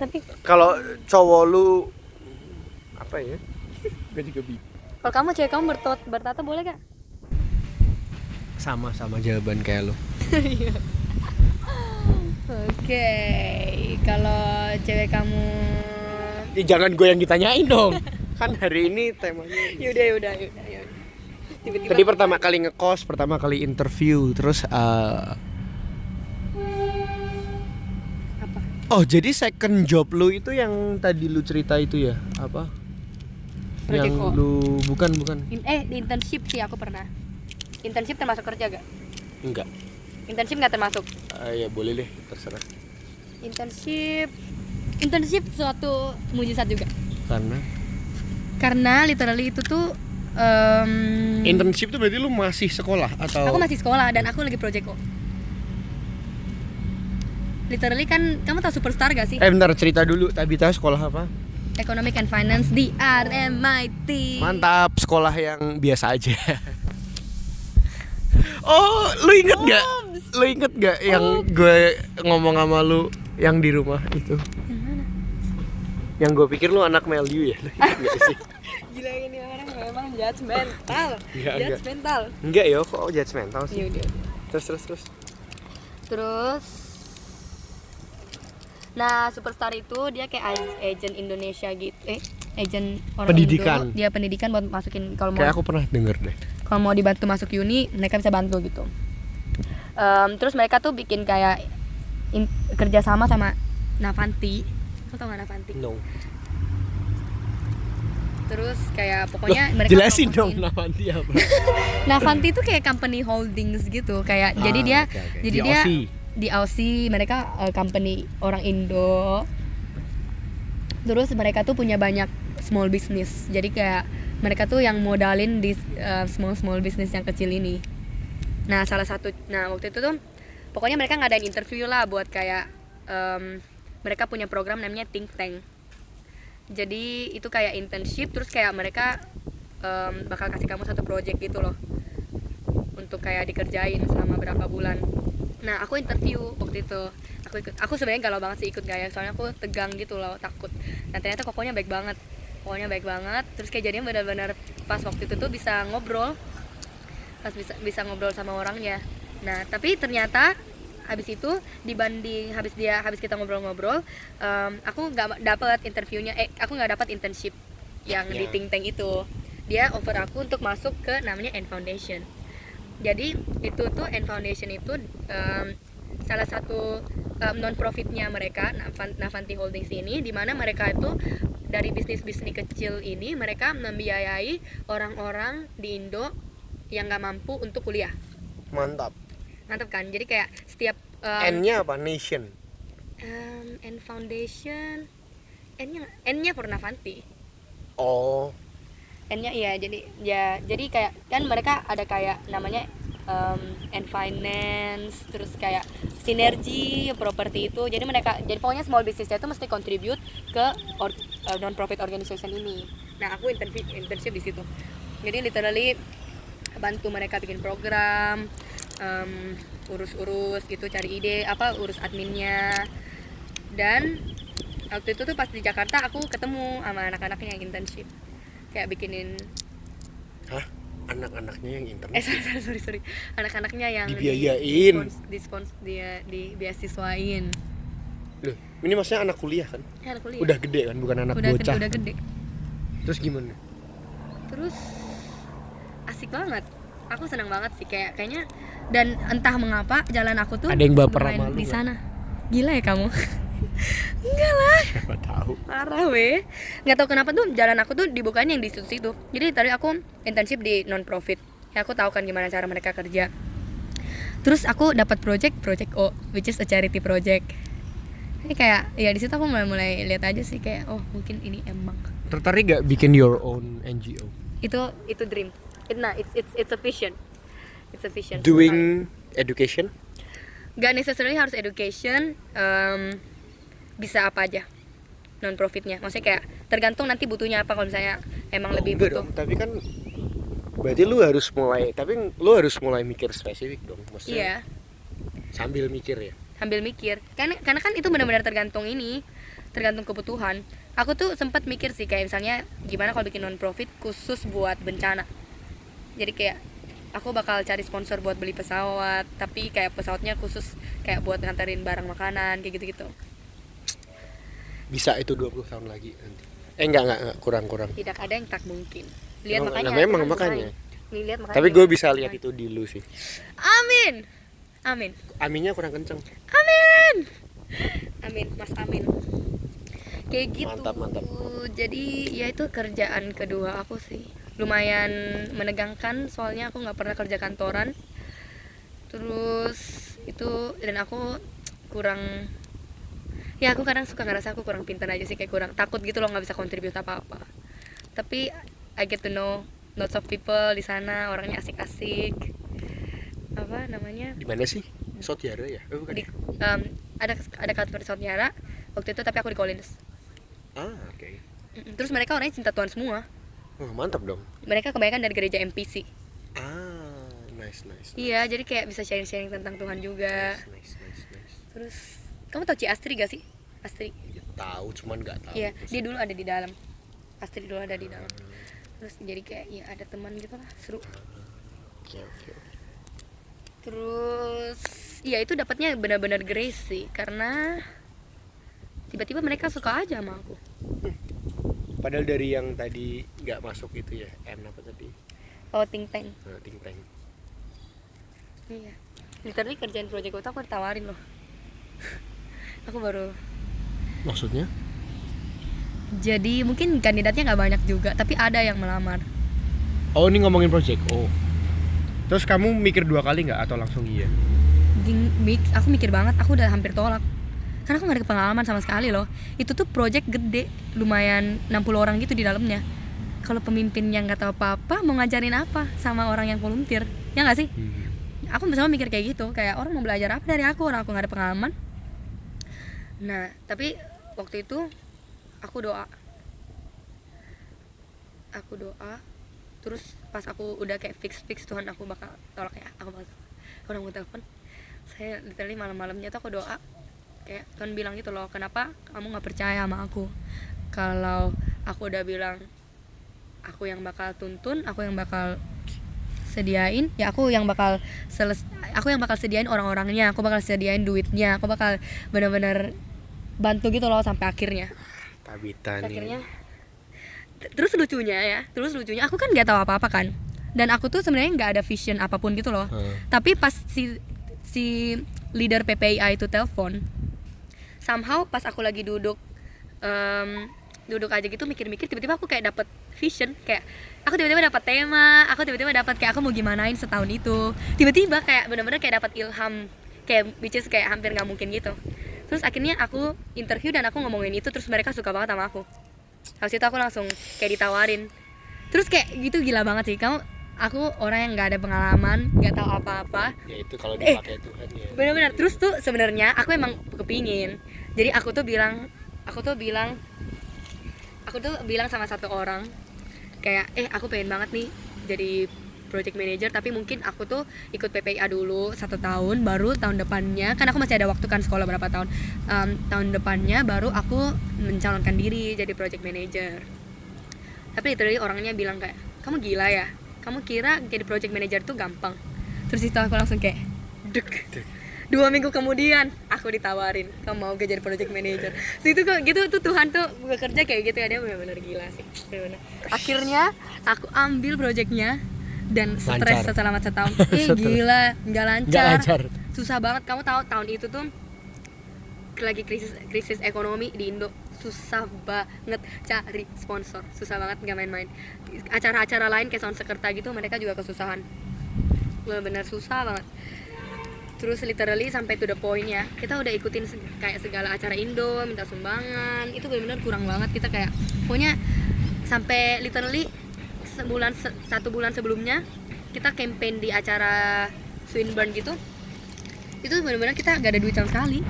B: tapi
A: Kalau cowok lu apa [laughs] ya? Gue juga bingung.
B: kalau kamu cewek kamu bertot bertato boleh gak?
A: Sama sama jawaban kayak lu.
B: Oke, kalau cewek kamu
A: Ih, jangan gue yang ditanyain
B: [laughs]
A: dong. kan hari ini temanya
B: yaudah yaudah yaudah. yaudah. Tiba-tiba
A: Tadi pertama kali ngekos, pertama kali interview, terus eh,
B: apa?
A: oh jadi second job lu itu yang tadi lu cerita itu ya apa?
B: Project
A: yang
B: O.
A: lu bukan bukan
B: In- eh di internship sih aku pernah. Internship termasuk kerja gak?
A: enggak
B: Internship nggak termasuk.
A: Ah, ya boleh deh terserah
B: Internship internship suatu mujizat juga.
A: karena
B: Karena literally itu tuh em,
A: internship tuh berarti lu masih sekolah atau
B: Hmm. Aku masih sekolah dan aku lagi project kok. Literally kan kamu tahu superstar gak sih?
A: eh bentar cerita dulu Tabita sekolah apa
B: Economic and Finance di RMIT.
A: mantap sekolah yang biasa aja [laughs] oh lu inget gak lu inget gak yang gue ngomong sama lu yang di rumah itu
B: Yang mana?
A: yang gue pikir lu anak Meliu ya lu inget gak
B: [laughs]
A: sih
B: Gila ini orang memang judgmental.
A: Enggak, enggak.
B: judgmental.
A: enggak yo kok judgmental sih
B: Yaudah.
A: terus terus terus
B: Terus Nah, Superstar itu dia kayak ag- agent Indonesia gitu. Eh, agent orang
A: Pendidikan.
B: Indo. Dia Iya, pendidikan buat masukin kalau mau
A: kayak aku pernah denger deh
B: kalau mau dibantu masuk uni mereka bisa bantu gitu Em, terus mereka tuh bikin kayak in- kerjasama sama Navanti lo tau gak Navanti
A: no
B: terus kayak pokoknya mereka
A: jelasin dong
B: promosiin-
A: nama dia
B: [laughs]
A: apa
B: Navanti tuh kayak company holdings gitu kayak
A: Ah,
B: jadi dia
A: oke, oke.
B: jadi
A: Di
B: dia
A: Aussie.
B: di Aussie mereka eh, company orang Indo terus mereka tuh punya banyak small business jadi kayak mereka tuh yang modalin di eh, small small business yang kecil ini nah salah satu nah waktu itu tuh pokoknya mereka ngadain interview lah buat kayak em, mereka punya program namanya think tank jadi itu kayak internship terus kayak mereka em, bakal kasih kamu satu project gitu loh untuk kayak dikerjain selama berapa bulan nah aku interview waktu itu aku ikut aku sebenarnya galau banget sih ikut gaya soalnya aku tegang gitu loh takut nah ternyata kokonya baik banget kokonya baik banget terus kayak jadinya benar-benar pas waktu itu tuh bisa ngobrol pas bisa bisa ngobrol sama orangnya nah tapi ternyata habis itu dibanding habis dia habis kita ngobrol-ngobrol em, aku nggak dapat interviewnya eh aku nggak dapat internship yang di
A: Ya.
B: think tank itu dia offer aku untuk masuk ke namanya N Foundation jadi itu tuh N Foundation itu em, salah satu em, non profitnya mereka Nafan- Navanti Holdings ini di mana mereka itu dari bisnis bisnis kecil ini mereka membiayai orang-orang di Indo yang nggak mampu untuk kuliah
A: Mantap.
B: mantap kan jadi kayak setiap em,
A: N-nya apa? Nation.
B: em, N Foundation N-nya N-nya Purnavanti
A: Oh,
B: N-nya iya jadi ya jadi kayak kan mereka ada kayak namanya em, and finance terus kayak sinergi properti itu jadi mereka jadi pokoknya small businessnya itu mesti contribute ke or, eh, non profit organization ini nah aku internship internship di situ jadi literally bantu mereka bikin program em, urus-urus gitu cari ide apa urus adminnya dan waktu itu tuh pas di Jakarta aku ketemu sama anak-anaknya yang internship kayak bikinin
A: hah? Anak-anaknya yang
B: eh [laughs]
A: internet.
B: sorry sorry sorry, sorry. anak-anaknya yang
A: Dibiayain.
B: dispons- dispons dia di beasiswain
A: Loh, ini maksudnya anak kuliah kan?
B: Eh, anak kuliah
A: Udah gede kan, bukan anak
B: udah gede,
A: bocah.
B: udah gede
A: Terus gimana? [laughs]
B: terus asik banget aku senang banget sih kayak kayaknya dan entah mengapa jalan aku tuh
A: Ada yang baper
B: bermain
A: sama lu
B: di
A: nggak?
B: sana gila ya kamu [laughs] enggak lah
A: Siapa tahu.
B: parah weh nggak tahu kenapa tuh jalan aku tuh dibukain yang di situ situ jadi tadi aku internship di non profit ya aku tahu kan gimana cara mereka kerja terus aku dapat project project O which is a charity project ini kayak ya di situ aku mulai mulai lihat aja sih kayak oh mungkin ini emang
A: Tertarik gak bikin your own NGO?
B: itu itu dream It- nah it's it's it's a vision it's a vision
A: Doing education?
B: gak necessarily harus education em, bisa apa aja non profitnya maksudnya kayak tergantung nanti butuhnya apa kalau misalnya emang lebih
A: enggak
B: butuh
A: dong, tapi kan berarti lu harus mulai, tapi lu harus mulai mikir spesifik dong. Maksudnya
B: iya
A: sambil mikir ya.
B: sambil mikir karena karena kan itu benar-benar tergantung ini tergantung kebutuhan aku tuh sempat mikir sih kayak misalnya gimana kalau bikin non profit khusus buat bencana jadi kayak aku bakal cari sponsor buat beli pesawat tapi kayak pesawatnya khusus kayak buat nganterin barang makanan kayak gitu-gitu
A: Bisa itu 20 tahun lagi nanti. Eh enggak enggak, enggak, kurang-kurang.
B: tidak ada yang tak mungkin lihat
A: Emang-
B: makanya
A: nah, memang
B: Tuhan
A: makanya.
B: desain. Nih, lihat makanya
A: Tapi gue
B: Tuhan
A: bisa lihat
B: desain.
A: itu di lu sih.
B: amin amin
A: Aminnya kurang kenceng.
B: Amin. Amin, Mas Amin. Kayak gitu.
A: Mantap, mantap.
B: Jadi ya itu kerjaan kedua aku sih. Lumayan menegangkan soalnya aku nggak pernah kerja kantoran. Terus itu dan aku kurang ya aku kadang suka ngerasa aku kurang pintar aja sih kayak kurang takut gitu loh nggak bisa kontribut apa-apa. Tapi I get to know lots of people di sana, orangnya asik-asik. Apa namanya?
A: Di mana sih? Sotiara ya? Eh, bukan.
B: di
A: ya?
B: em, ada ada kantor South Niara waktu itu tapi aku di Collins
A: Ah, oke.
B: Mm-mm. terus mereka orangnya cinta Tuhan semua
A: Wah, mantap dong.
B: mereka kebanyakan dari gereja MPC
A: Ah, nice nice.
B: iya jadi kayak bisa sharing-sharing tentang Tuhan juga
A: Nice nice nice. nice.
B: terus kamu tau Ci Astri gak sih Astri
A: Ya, tahu cuman nggak tahu.
B: iya
A: Terus-
B: dia dulu ada di dalam Astri dulu ada di dalam terus jadi kayak ya ada teman gitu lah seru
A: Oke, oke, oke.
B: terus iya itu dapatnya benar-benar grace sih karena tiba-tiba mereka suka aja sama aku
A: Padahal dari yang tadi nggak masuk itu ya, M apa tadi?
B: oh think tank
A: Nah, think tank.
B: Iya. Literally kerjaan proyek gue tuh aku ditawarin loh. [laughs] aku baru.
A: Maksudnya?
B: Jadi mungkin kandidatnya nggak banyak juga, tapi ada yang melamar.
A: Oh, ini ngomongin project. Oh. Terus kamu mikir dua kali nggak atau langsung iya?
B: Ging- mik- aku mikir banget, aku udah hampir tolak. Karena aku gak ada pengalaman sama sekali loh. Itu tuh project gede, lumayan 60 orang gitu di dalamnya. Kalau pemimpin yang nggak tahu apa-apa, mau ngajarin apa sama orang yang volunteer? Ya nggak sih?
D: Hmm.
B: aku misalnya mikir kayak gitu kayak orang mau belajar apa dari aku orang aku nggak ada pengalaman nah tapi waktu itu aku doa aku doa terus pas aku udah kayak fix fix Tuhan aku bakal tolak ya aku bakal tolak. orang mau telepon saya literally malam-malamnya tuh aku doa kayak Tuhan bilang gitu loh kenapa kamu nggak percaya sama aku kalau aku udah bilang aku yang bakal tuntun aku yang bakal sediain ya aku yang bakal seles aku yang bakal sediain orang-orangnya aku bakal sediain duitnya aku bakal bener-bener bantu gitu loh sampai akhirnya
D: Tabita nih.
B: akhirnya T- terus lucunya ya terus lucunya aku kan nggak tahu apa apa kan dan aku tuh sebenarnya nggak ada vision apapun gitu loh
D: Hmm.
B: tapi pas si si leader PPIA itu telepon somehow pas aku lagi duduk em, duduk aja gitu mikir-mikir tiba-tiba aku kayak dapet vision kayak aku tiba-tiba dapat tema aku tiba-tiba dapat kayak aku mau gimanain setahun itu tiba-tiba kayak bener-bener kayak dapat ilham kayak which is kayak hampir nggak mungkin gitu terus akhirnya aku interview dan aku ngomongin itu terus mereka suka banget sama aku habis itu aku langsung kayak ditawarin terus kayak gitu gila banget sih kamu aku orang yang nggak ada pengalaman nggak tahu apa-apa
D: Ya itu kalau dipakai
A: kan
D: Tuhan ya.
B: Eh, benar-benar terus tuh sebenarnya aku emang kepingin jadi aku tuh bilang aku tuh bilang aku tuh bilang sama satu orang kayak eh aku pengen banget nih jadi project manager tapi mungkin aku tuh ikut PPIA dulu satu tahun baru tahun depannya kan aku masih ada waktu kan sekolah berapa tahun Em, tahun depannya baru aku mencalonkan diri jadi project manager tapi literally orangnya bilang kayak kamu gila ya kamu kira jadi project manager tuh gampang terus itu aku langsung kayak dek dua minggu kemudian aku ditawarin kamu mau gak jadi project manager Terus itu kok gitu tuh Tuhan tuh bekerja kayak gitu ya dia benar-benar gila sih benar-benar akhirnya aku ambil projectnya dan stres
D: Lancar.
B: selama setahun eh gila nggak
D: Nggak
B: lancar
D: lancar.
B: susah banget kamu tahu tahun itu tuh lagi krisis krisis ekonomi di Indo susah banget cari sponsor susah banget nggak main-main acara-acara lain kayak sound sekerta gitu mereka juga kesusahan benar-benar susah banget terus literally sampai to the point ya kita udah ikutin se- kayak segala acara Indo minta sumbangan itu benar-benar kurang banget kita kayak pokoknya sampai literally sebulan se- satu bulan sebelumnya kita campaign di acara Swinburne gitu itu benar-benar kita nggak ada duit sama sekali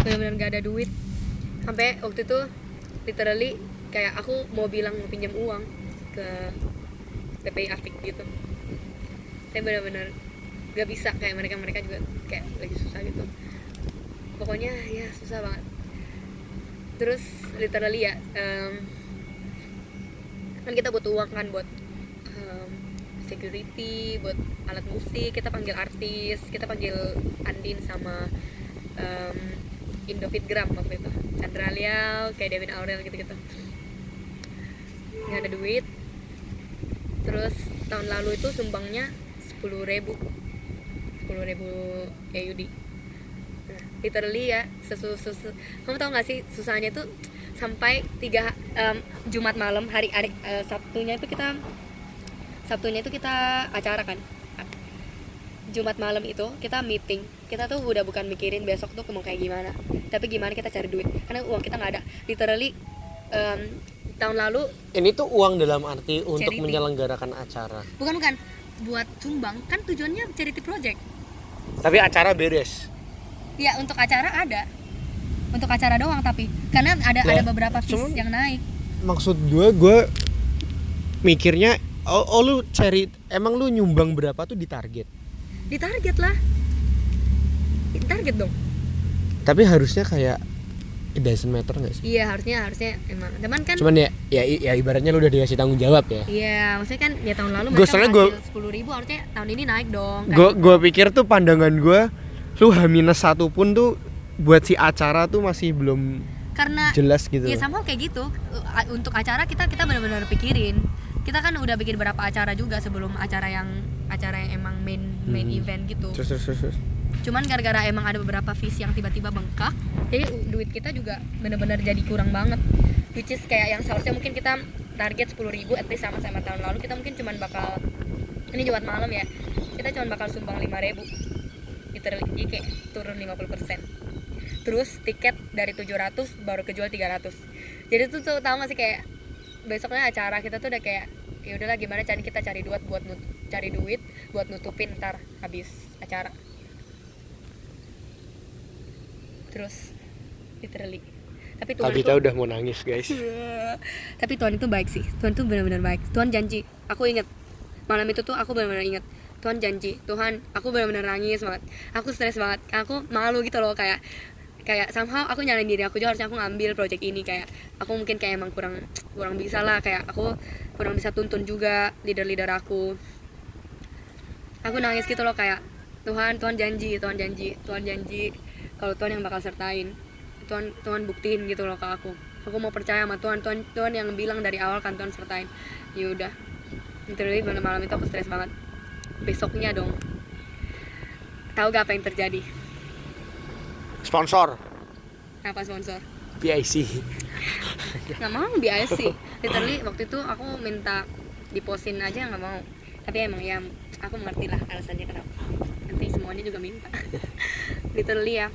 B: benar-benar nggak ada duit sampai waktu itu literally kayak aku mau bilang mau pinjam uang ke PPI Apik gitu tapi benar-benar nggak bisa kayak mereka mereka juga kayak lagi susah gitu pokoknya ya susah banget terus literally ya em, kan kita butuh uang kan buat em, security buat alat musik kita panggil artis kita panggil Andin sama em, Indofit Gram waktu itu Chandra Liao kayak Devin Aurel gitu-gitu nggak ada duit terus tahun lalu itu sumbangnya 10.000 ribu sepuluh ribu AUD nah, literally ya sesu, sesu- kamu tau gak sih susahnya tuh sampai tiga em, Jumat malam hari hari eh, Sabtunya itu kita Sabtunya itu kita acara kan Jumat malam itu kita meeting kita tuh udah bukan mikirin besok tuh mau kayak gimana tapi gimana kita cari duit karena uang kita nggak ada literally em, tahun lalu
D: Ini tuh uang dalam arti untuk
B: Charity.
D: menyelenggarakan acara.
B: bukan bukan buat sumbang kan tujuannya charity project
D: Tapi acara beres.
B: ya untuk acara ada untuk acara doang tapi karena ada
D: Ya,
B: ada beberapa fees
D: cuman-
B: yang naik
D: Maksud gue, gue mikirnya oh, oh, lu cari emang lu nyumbang berapa tuh di target.
B: ditarget lah target dong
D: Tapi harusnya kayak it doesn't matter gak sih?
B: iya harusnya harusnya emang teman kan
D: Cuman ya, ya ya ibaratnya lu udah dikasih tanggung jawab ya.
B: iya maksudnya kan ya tahun lalu
D: Gua
B: mereka
D: soalnya
B: berhasil sepuluh ribu harusnya tahun ini naik dong kan.
D: gue gue pikir tuh pandangan gue lu h minus satu pun tuh buat si acara tuh masih belum
B: karena
D: jelas gitu
B: ya sama kayak gitu Uh, a- untuk acara kita kita benar-benar pikirin kita kan udah bikin berapa acara juga sebelum acara yang acara yang emang main main
D: Hmm.
B: event gitu
D: terus terus terus, terus.
B: cuman gara-gara emang ada beberapa fees yang tiba-tiba bengkak jadi u- duit kita juga bener-bener jadi kurang banget which is kayak yang seharusnya mungkin kita target 10.000 ribu at least sama sama tahun lalu kita mungkin cuman bakal ini jumat malam ya kita cuman bakal sumbang 5.000 ribu literally kayak turun 50% terus tiket dari 700 baru kejual 300 jadi tuh, tuh tau gak sih kayak besoknya acara kita tuh udah kayak ya udahlah gimana cari kita cari duit buat nut- cari duit buat nutupin ntar habis acara terus literally tapi Tuhan
D: Tabita
B: tuh
D: udah mau nangis guys
B: [laughs] tapi Tuhan itu baik sih Tuhan tuh benar-benar baik Tuhan janji aku inget malam itu tuh aku benar-benar inget Tuhan janji Tuhan aku benar-benar nangis banget aku stres banget aku malu gitu loh kayak kayak somehow aku nyalain diri aku juga harusnya aku ngambil project ini kayak aku mungkin kayak emang kurang kurang bisa lah kayak aku kurang bisa tuntun juga leader-leader aku aku nangis gitu loh kayak Tuhan Tuhan janji Tuhan janji Tuhan janji kalau Tuhan yang bakal sertain Tuhan Tuhan buktiin gitu loh ke aku aku mau percaya sama Tuhan Tuhan Tuhan yang bilang dari awal kan Tuhan sertain ya udah literally malam malam itu aku stres banget besoknya dong tahu gak apa yang terjadi
A: Sponsor
B: apa sponsor
A: PIC.
B: nggak mau BIC literally waktu itu aku minta diposin aja nggak mau tapi emang ya aku mengerti lah alasannya kenapa nanti semuanya juga minta [laughs] literally ya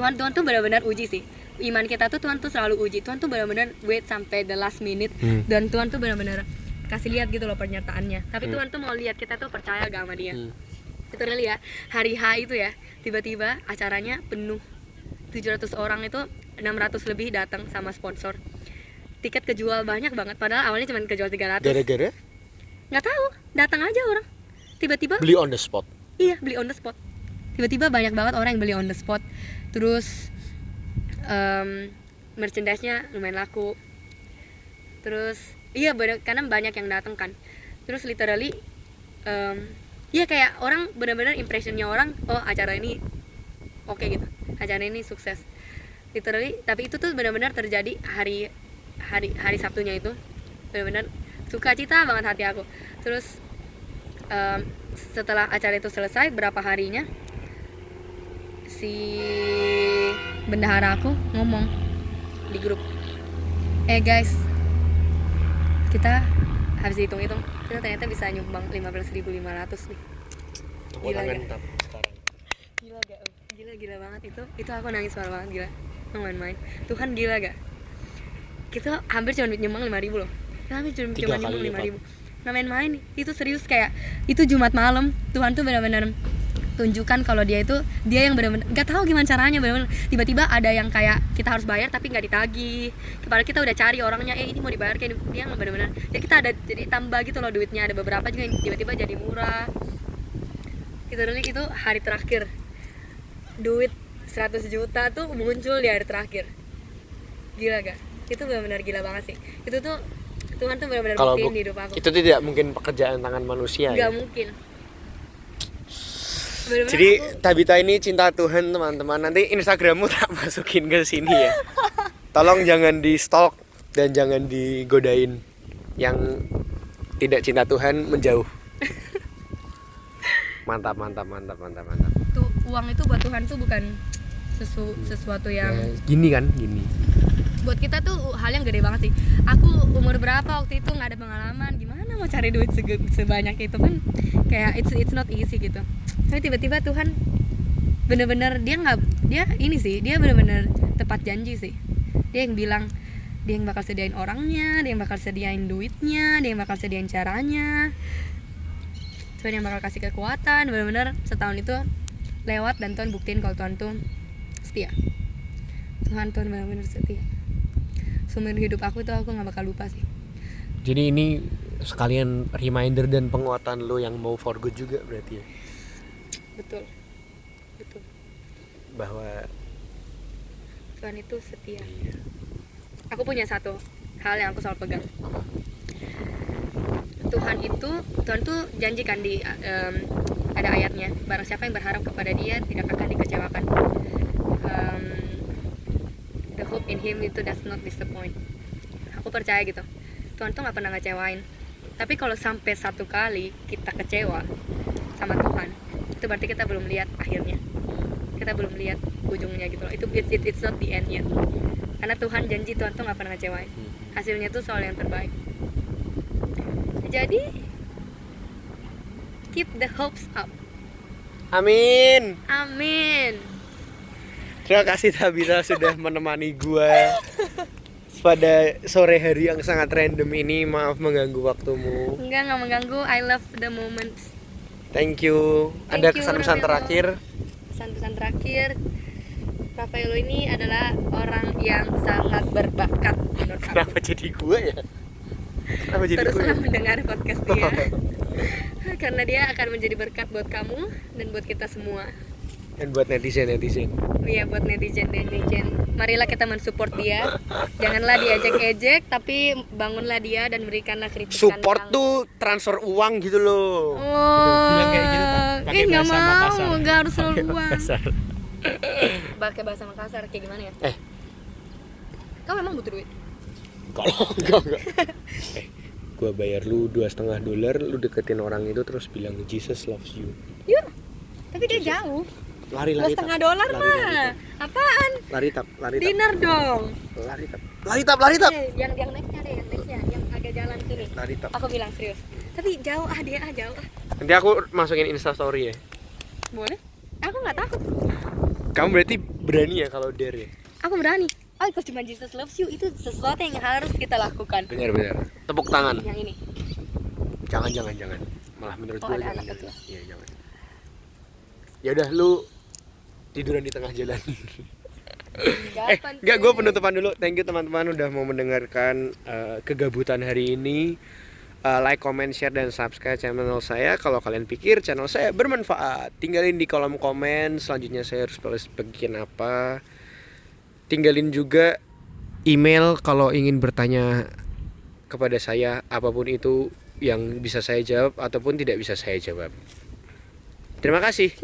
B: Tuhan Tuhan tuh benar-benar uji sih iman kita tuh Tuhan tuh selalu uji Tuhan tuh benar-benar wait sampai the last minute
D: Hmm.
B: dan Tuhan tuh benar-benar kasih lihat gitu loh pernyataannya tapi Tuhan tuh mau lihat kita tuh percaya gak sama dia
D: Hmm.
B: literally ya hari H itu ya tiba-tiba acaranya penuh 700 orang itu 600 lebih datang sama sponsor tiket kejual banyak banget padahal awalnya cuma kejual 300
D: Gara-gara
B: nggak tahu datang aja orang tiba-tiba
D: beli on the spot.
B: iya beli on the spot tiba-tiba banyak banget orang yang beli on the spot terus em, merchandise-nya lumayan laku terus iya bener- karena banyak yang datang kan terus literally em, iya kayak orang benar-benar impressionnya orang oh acara ini oke gitu acara ini sukses literally tapi itu tuh benar-benar terjadi hari hari hari Sabtunya itu benar-benar sukacita banget hati aku terus em, setelah acara itu selesai berapa harinya si bendahara aku ngomong di grup eh guys kita habis dihitung-hitung kita ternyata bisa nyumbang 15.500 nih
D: Tepuk
B: Gila,
D: tangan
B: gak?
D: tap sekarang.
B: gila gak Om? gila gila banget itu itu aku nangis parah banget gila nggak main-main Tuhan gila gak kita hampir cuma nyumbang lima ribu loh kita hampir cuma
D: Tiga
B: cuma
D: kali
B: nyumbang lima
D: lipat.
B: ribu nggak main-main itu serius kayak itu Jumat malam Tuhan tuh benar-benar tunjukkan kalau dia itu dia yang benar-benar nggak tahu gimana caranya benar-benar tiba-tiba ada yang kayak kita harus bayar tapi nggak ditagih kepala kita udah cari orangnya eh ini mau dibayar kayak dia nggak benar-benar jadi kita ada jadi tambah gitu loh duitnya ada beberapa juga yang tiba-tiba jadi murah literally itu hari terakhir duit 100 juta tuh muncul di hari terakhir gila gak itu benar-benar gila banget sih itu tuh Tuhan tuh benar-benar
D: Kalau
B: buktiin
D: bu-
B: di hidup aku
D: itu tidak mungkin pekerjaan tangan manusia ya.
B: gak mungkin Bener-bener aku-
A: Jadi Tabita ini cinta Tuhan teman-teman. Nanti Instagrammu [laughs] tak masukin ke sini ya. Tolong jangan di stalk dan jangan digodain yang tidak cinta Tuhan
B: [laughs]
A: menjauh. Mantap, mantap, mantap, mantap, mantap.
B: tuh uang itu buat Tuhan tuh bukan sesu, sesuatu yang
D: Ya, gini kan, gini.
B: buat kita tuh hal yang gede banget sih aku umur berapa waktu itu nggak ada pengalaman gimana mau cari duit sege- sebanyak itu kan kayak it's it's not easy gitu tapi tiba-tiba Tuhan bener-bener dia nggak dia ini sih dia bener-bener tepat janji sih dia yang bilang dia yang bakal sediain orangnya dia yang bakal sediain duitnya dia yang bakal sediain caranya Tuhan yang bakal kasih kekuatan bener-bener setahun itu lewat dan Tuhan buktiin kalau Tuhan tuh setia Tuhan Tuhan bener-bener setia sumber hidup aku tuh aku nggak bakal lupa sih
D: Jadi ini sekalian reminder dan penguatan lo yang mau for good juga berarti ya.
B: betul betul
D: Bahwa
B: Tuhan itu setia
D: iya.
B: aku punya satu hal yang aku selalu pegang Tuhan itu Tuhan tuh janjikan di em, ada ayatnya barang siapa yang berharap kepada dia tidak akan dikecewakan Em, the hope in him itu does not disappoint aku percaya gitu Tuhan tuh nggak pernah ngecewain tapi kalau sampai satu kali kita kecewa sama Tuhan itu berarti kita belum lihat akhirnya kita belum lihat ujungnya gitu loh itu it's, it's- it's not the end yet karena Tuhan janji Tuhan tuh nggak pernah ngecewain hasilnya tuh soal yang terbaik jadi keep the hopes up
A: Amin.
B: amin
A: Terima kasih Tabita sudah menemani gua pada sore hari yang sangat random ini. Maaf mengganggu waktumu.
B: enggak nggak mengganggu I love the moment
A: Thank you. Ada
B: Thank you,
A: kesan-kesan
B: Rafael.
A: terakhir?
B: pesan-pesan terakhir Rafaelo ini adalah orang yang sangat berbakat menurut aku
A: Kenapa jadi gua ya? Kenapa jadi gue?
B: teruslah mendengar podcast
A: [laughs]
B: dia karena dia akan menjadi berkat buat kamu dan buat kita semua
D: Dan Kan buat netizen netizen.
B: Iya buat netizen netizen marilah kita mensupport dia janganlah diejek-ejek tapi bangunlah dia dan berikanlah kritikan
A: Support
B: yang-
A: tuh transfer uang gitu
B: Oh,
A: loh.
E: Bilang kayak gitu, Pak. Pakai
B: eh nggak
E: bahasa Makassar.
B: mau, nggak harus selalu uang.
E: Kasar.
B: Pakai bahasa Makassar kayak gimana ya?
D: Eh.
B: Kau memang butuh duit.
D: Kalau [laughs] enggak enggak. eh, gua bayar lu dua setengah dolar, lu deketin orang itu terus bilang Jesus loves you.
B: Yuk, Iya. tapi dia jauh.
D: Lari
B: Dua
D: lari.
B: setengah
D: Tap.
B: dolar
D: Lari,
B: mah. Apaan?
D: Lari tap, lari tap,
B: Dinner dong.
D: lari tap, lari tap, lari tap,
B: Eh, yang yang nextnya deh, yang nextnya, yang agak jalan sini.
D: lari tap.
B: Aku bilang serius. Tapi jauh ah dia ah jauh ah.
A: Nanti aku masukin instastory ya.
B: Boleh? Aku nggak takut.
A: Kamu berarti
D: Berani ya kalau dare ya?
B: Aku berani. Oh, ikut cuma Jesus loves you itu sesuatu yang harus kita lakukan.
D: Benar benar. Tepuk tangan.
B: Yang ini.
D: Jangan jangan jangan. Malah menurut
B: Iya. Oh,
D: gua
B: ada
D: jangan.
B: anak
D: jangan. Iya jangan. Ya udah lu tiduran di tengah jalan.
A: Eh,
B: Jawaban
A: enggak gue
B: tuh.
A: penutupan dulu. Thank you teman-teman udah mau mendengarkan eh, kegabutan hari ini. Eh, like, comment, share dan subscribe channel saya. Kalau kalian pikir channel saya bermanfaat, tinggalin di kolom komen. Selanjutnya saya harus balas bagian apa. Tinggalin juga email kalau ingin bertanya kepada saya apapun itu yang bisa saya jawab ataupun tidak bisa saya jawab. Terima kasih.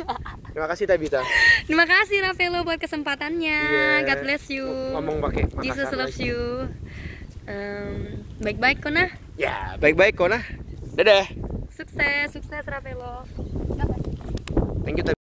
A: Terima kasih Tabita.
B: Terima kasih Ravelo buat kesempatannya.
A: Iya.
B: God bless you.
A: Ngomong pakai
B: Jesus
A: Makassar
B: loves
A: lagi.
B: you. Um, baik-baik Kona.
A: Ya, baik-baik Kona. Dadah.
B: Sukses, sukses Ravelo.
A: Thank you. Tabita.